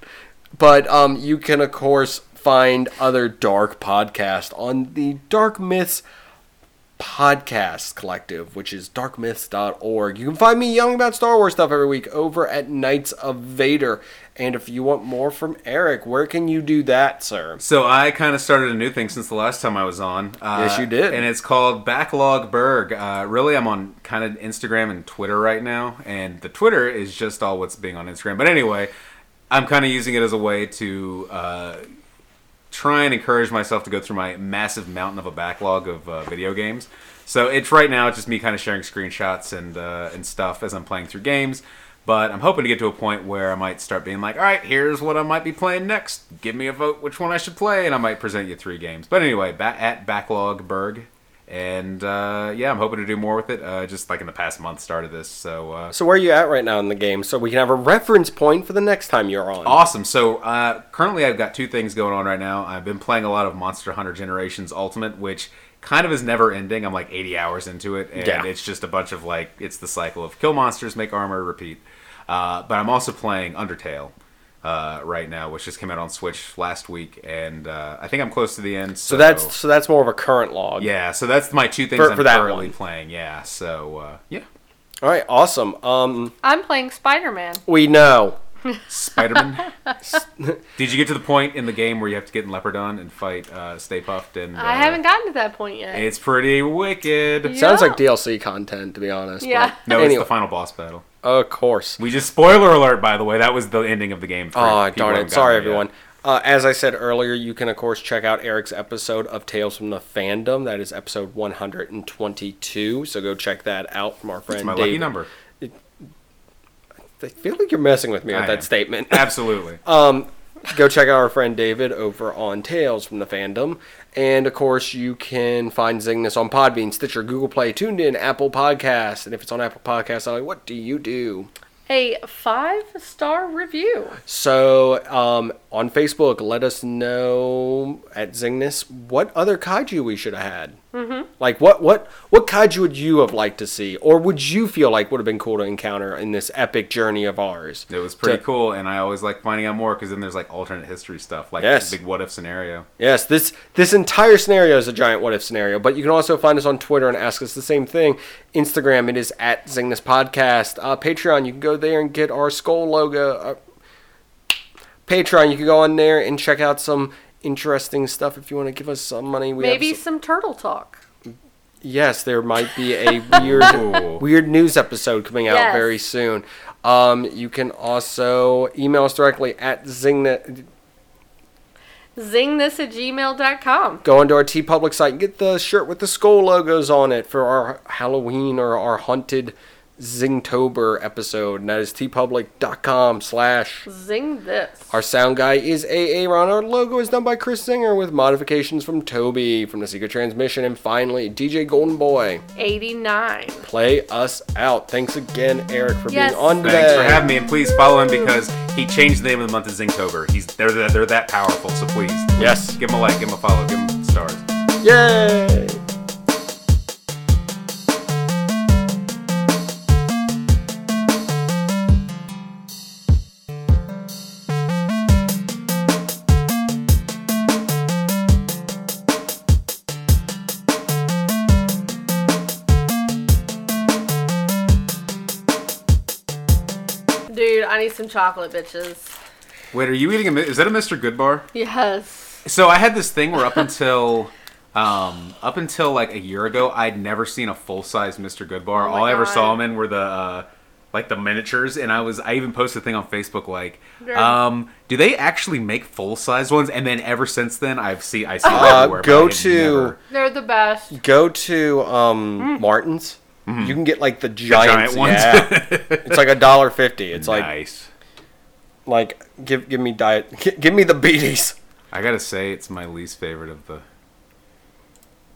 Speaker 2: But um, you can, of course, find other dark podcasts on the Dark Myths podcast collective, which is darkmyths.org. You can find me yelling about Star Wars stuff every week over at Knights of Vader. And if you want more from Eric, where can you do that, sir?
Speaker 3: So I kind of started a new thing since the last time I was on. Uh,
Speaker 2: Yes, you did.
Speaker 3: And it's called Backlog Berg. Uh, really, I'm on kind of Instagram and Twitter right now, and the Twitter is just all what's being on Instagram. But anyway, I'm kind of using it as a way to uh, try and encourage myself to go through my massive mountain of a backlog of uh, video games. So it's right now it's just me kind of sharing screenshots and uh, and stuff as I'm playing through games. But I'm hoping to get to a point where I might start being like, all right, here's what I might be playing next. Give me a vote which one I should play, and I might present you three games. But anyway, ba- at Backlogberg. And uh, yeah, I'm hoping to do more with it. Uh, just like in the past month, started this. So uh,
Speaker 2: So where are you at right now in the game so we can have a reference point for the next time you're on?
Speaker 3: Awesome. So uh, currently, I've got two things going on right now. I've been playing a lot of Monster Hunter Generations Ultimate, which kind of is never ending. I'm like 80 hours into it, and
Speaker 2: Yeah.
Speaker 3: it's just a bunch of like it's the cycle of kill monsters, make armor, repeat. Uh, but I'm also playing Undertale uh, right now, which just came out on Switch last week, and uh, I think I'm close to the end. So,
Speaker 2: So that's so that's more of a current log.
Speaker 3: yeah. So that's my two things
Speaker 2: For-
Speaker 3: I'm
Speaker 2: for that
Speaker 3: currently
Speaker 2: one.
Speaker 3: playing. Yeah. So uh, yeah,
Speaker 2: All right, awesome. Um,
Speaker 4: I'm playing Spider Man.
Speaker 2: we know.
Speaker 4: (laughs)
Speaker 3: Spider-Man. Did you get to the point in the game where you have to get in Leopardon and fight uh, Stay Puffed and? Uh,
Speaker 4: I haven't gotten to that point yet.
Speaker 3: It's pretty wicked.
Speaker 4: Yeah.
Speaker 2: Sounds like DLC content, to be honest. but
Speaker 4: Yeah.
Speaker 3: No, it's
Speaker 2: anyway,
Speaker 3: the final boss battle.
Speaker 2: of course.
Speaker 3: We just spoiler alert, by the way. That was the ending of the game. for
Speaker 2: Oh,
Speaker 3: people who
Speaker 2: darn
Speaker 3: haven't
Speaker 2: it. Sorry,
Speaker 3: gotten there
Speaker 2: everyone. Uh, as I said earlier, you can, of course, check out Eric's episode of Tales from the Fandom. That is episode 122. So go check that out from our friend
Speaker 3: yet. My
Speaker 2: David.
Speaker 3: lucky number.
Speaker 2: I feel like you're messing with me with
Speaker 3: I
Speaker 2: that
Speaker 3: am. (laughs)
Speaker 2: statement. (laughs)
Speaker 3: Absolutely.
Speaker 2: Uh, go check out our friend David over on Tales from the Fandom. And of course, you can find Zingness on Podbean, Stitcher, Google Play, Tuned In, Apple Podcasts. And if it's on Apple Podcasts, I'm like, what do you do?
Speaker 4: a five star review.
Speaker 2: So um, on Facebook, let us know at Zingness what other kaiju we should have had. Mm-hmm. Like what what what kaiju would you have liked to see, or would you feel like would have been cool to encounter in this epic journey of ours?
Speaker 3: it was pretty
Speaker 2: To-
Speaker 3: cool, and I always like finding out more because then there's like alternate history stuff, like
Speaker 2: Yes.
Speaker 3: big what if scenario.
Speaker 2: Yes, this this entire scenario is a giant what if scenario, but you can also find us on Twitter and ask us the same thing. Instagram, it is at Zingness Podcast. Uh, Patreon, you can go there and get our skull logo. Uh, Patreon, you can go on there and check out some interesting stuff if you want to give us some money. We have
Speaker 4: Maybe
Speaker 2: some-
Speaker 4: some turtle talk.
Speaker 2: yes, there might be
Speaker 4: (laughs)
Speaker 2: a weird weird news episode coming out
Speaker 4: Yes.
Speaker 2: very soon. Um, you can also email us directly at Zingness.
Speaker 4: Zing this at gmail.com.
Speaker 2: go onto our T Public site and get the shirt with the skull logos on it for our Halloween or our haunted Zingtober episode. And that is tpublic.com slash.
Speaker 4: Zing this.
Speaker 2: Our sound guy is AA Ron. Our logo is done by Chris Singer with modifications from Toby from the Secret Transmission. And finally, DJ Golden Boy,
Speaker 4: 89.
Speaker 2: play us out. Thanks again, Eric, for
Speaker 4: Yes.
Speaker 2: being on today.
Speaker 3: Thanks for having me, and please follow him because he changed the name of the month to Zinkover. He's they're that they're that powerful, so please
Speaker 2: Yes.
Speaker 3: give him a like, give him a follow, give him stars.
Speaker 2: Yay!
Speaker 4: Dude, I need some chocolate, bitches.
Speaker 3: Wait, are you eating a? mi- Is that a Mr. Goodbar?
Speaker 4: Yes.
Speaker 3: So I had this thing where up until um, up until like a year ago, I'd never seen a full size Mr. Goodbar.
Speaker 2: Oh
Speaker 4: my
Speaker 3: All I ever
Speaker 4: God.
Speaker 3: saw him in were the uh, like the miniatures, and I was I even posted a thing on Facebook like,
Speaker 4: Yeah.
Speaker 3: um, do they actually make full size ones? And then ever since then, I've seen I see them everywhere,
Speaker 2: Uh,
Speaker 3: but I
Speaker 2: go
Speaker 3: had
Speaker 2: to
Speaker 3: never-
Speaker 4: They're the best.
Speaker 2: go to um, Martin's. You can get like the
Speaker 3: Mm-hmm. giant
Speaker 2: giant,
Speaker 3: ones. (laughs)
Speaker 2: Yeah. it's like a dollar fifty. It's like
Speaker 3: nice.
Speaker 2: like give give me diet (laughs) gi- give me the beaties
Speaker 3: I gotta say, it's my least favorite of the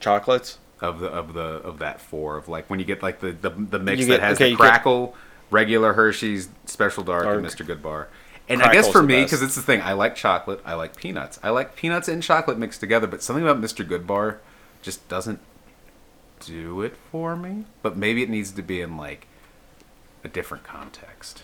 Speaker 2: chocolates
Speaker 3: of the of the of that four of like when you get like the the, the mix
Speaker 2: You
Speaker 3: that
Speaker 2: get-
Speaker 3: has
Speaker 2: okay,
Speaker 3: the
Speaker 2: you get-
Speaker 3: crackle, regular Hershey's, special dark, and
Speaker 2: Dark.
Speaker 3: Mr. Goodbar. And I guess
Speaker 2: Crackle's
Speaker 3: for
Speaker 2: the
Speaker 3: me,
Speaker 2: best.
Speaker 3: because it's the thing, I like chocolate, I like peanuts, I like peanuts and chocolate mixed together, but something about Mr. Goodbar just doesn't do it for me. But maybe it needs to be in like a different context.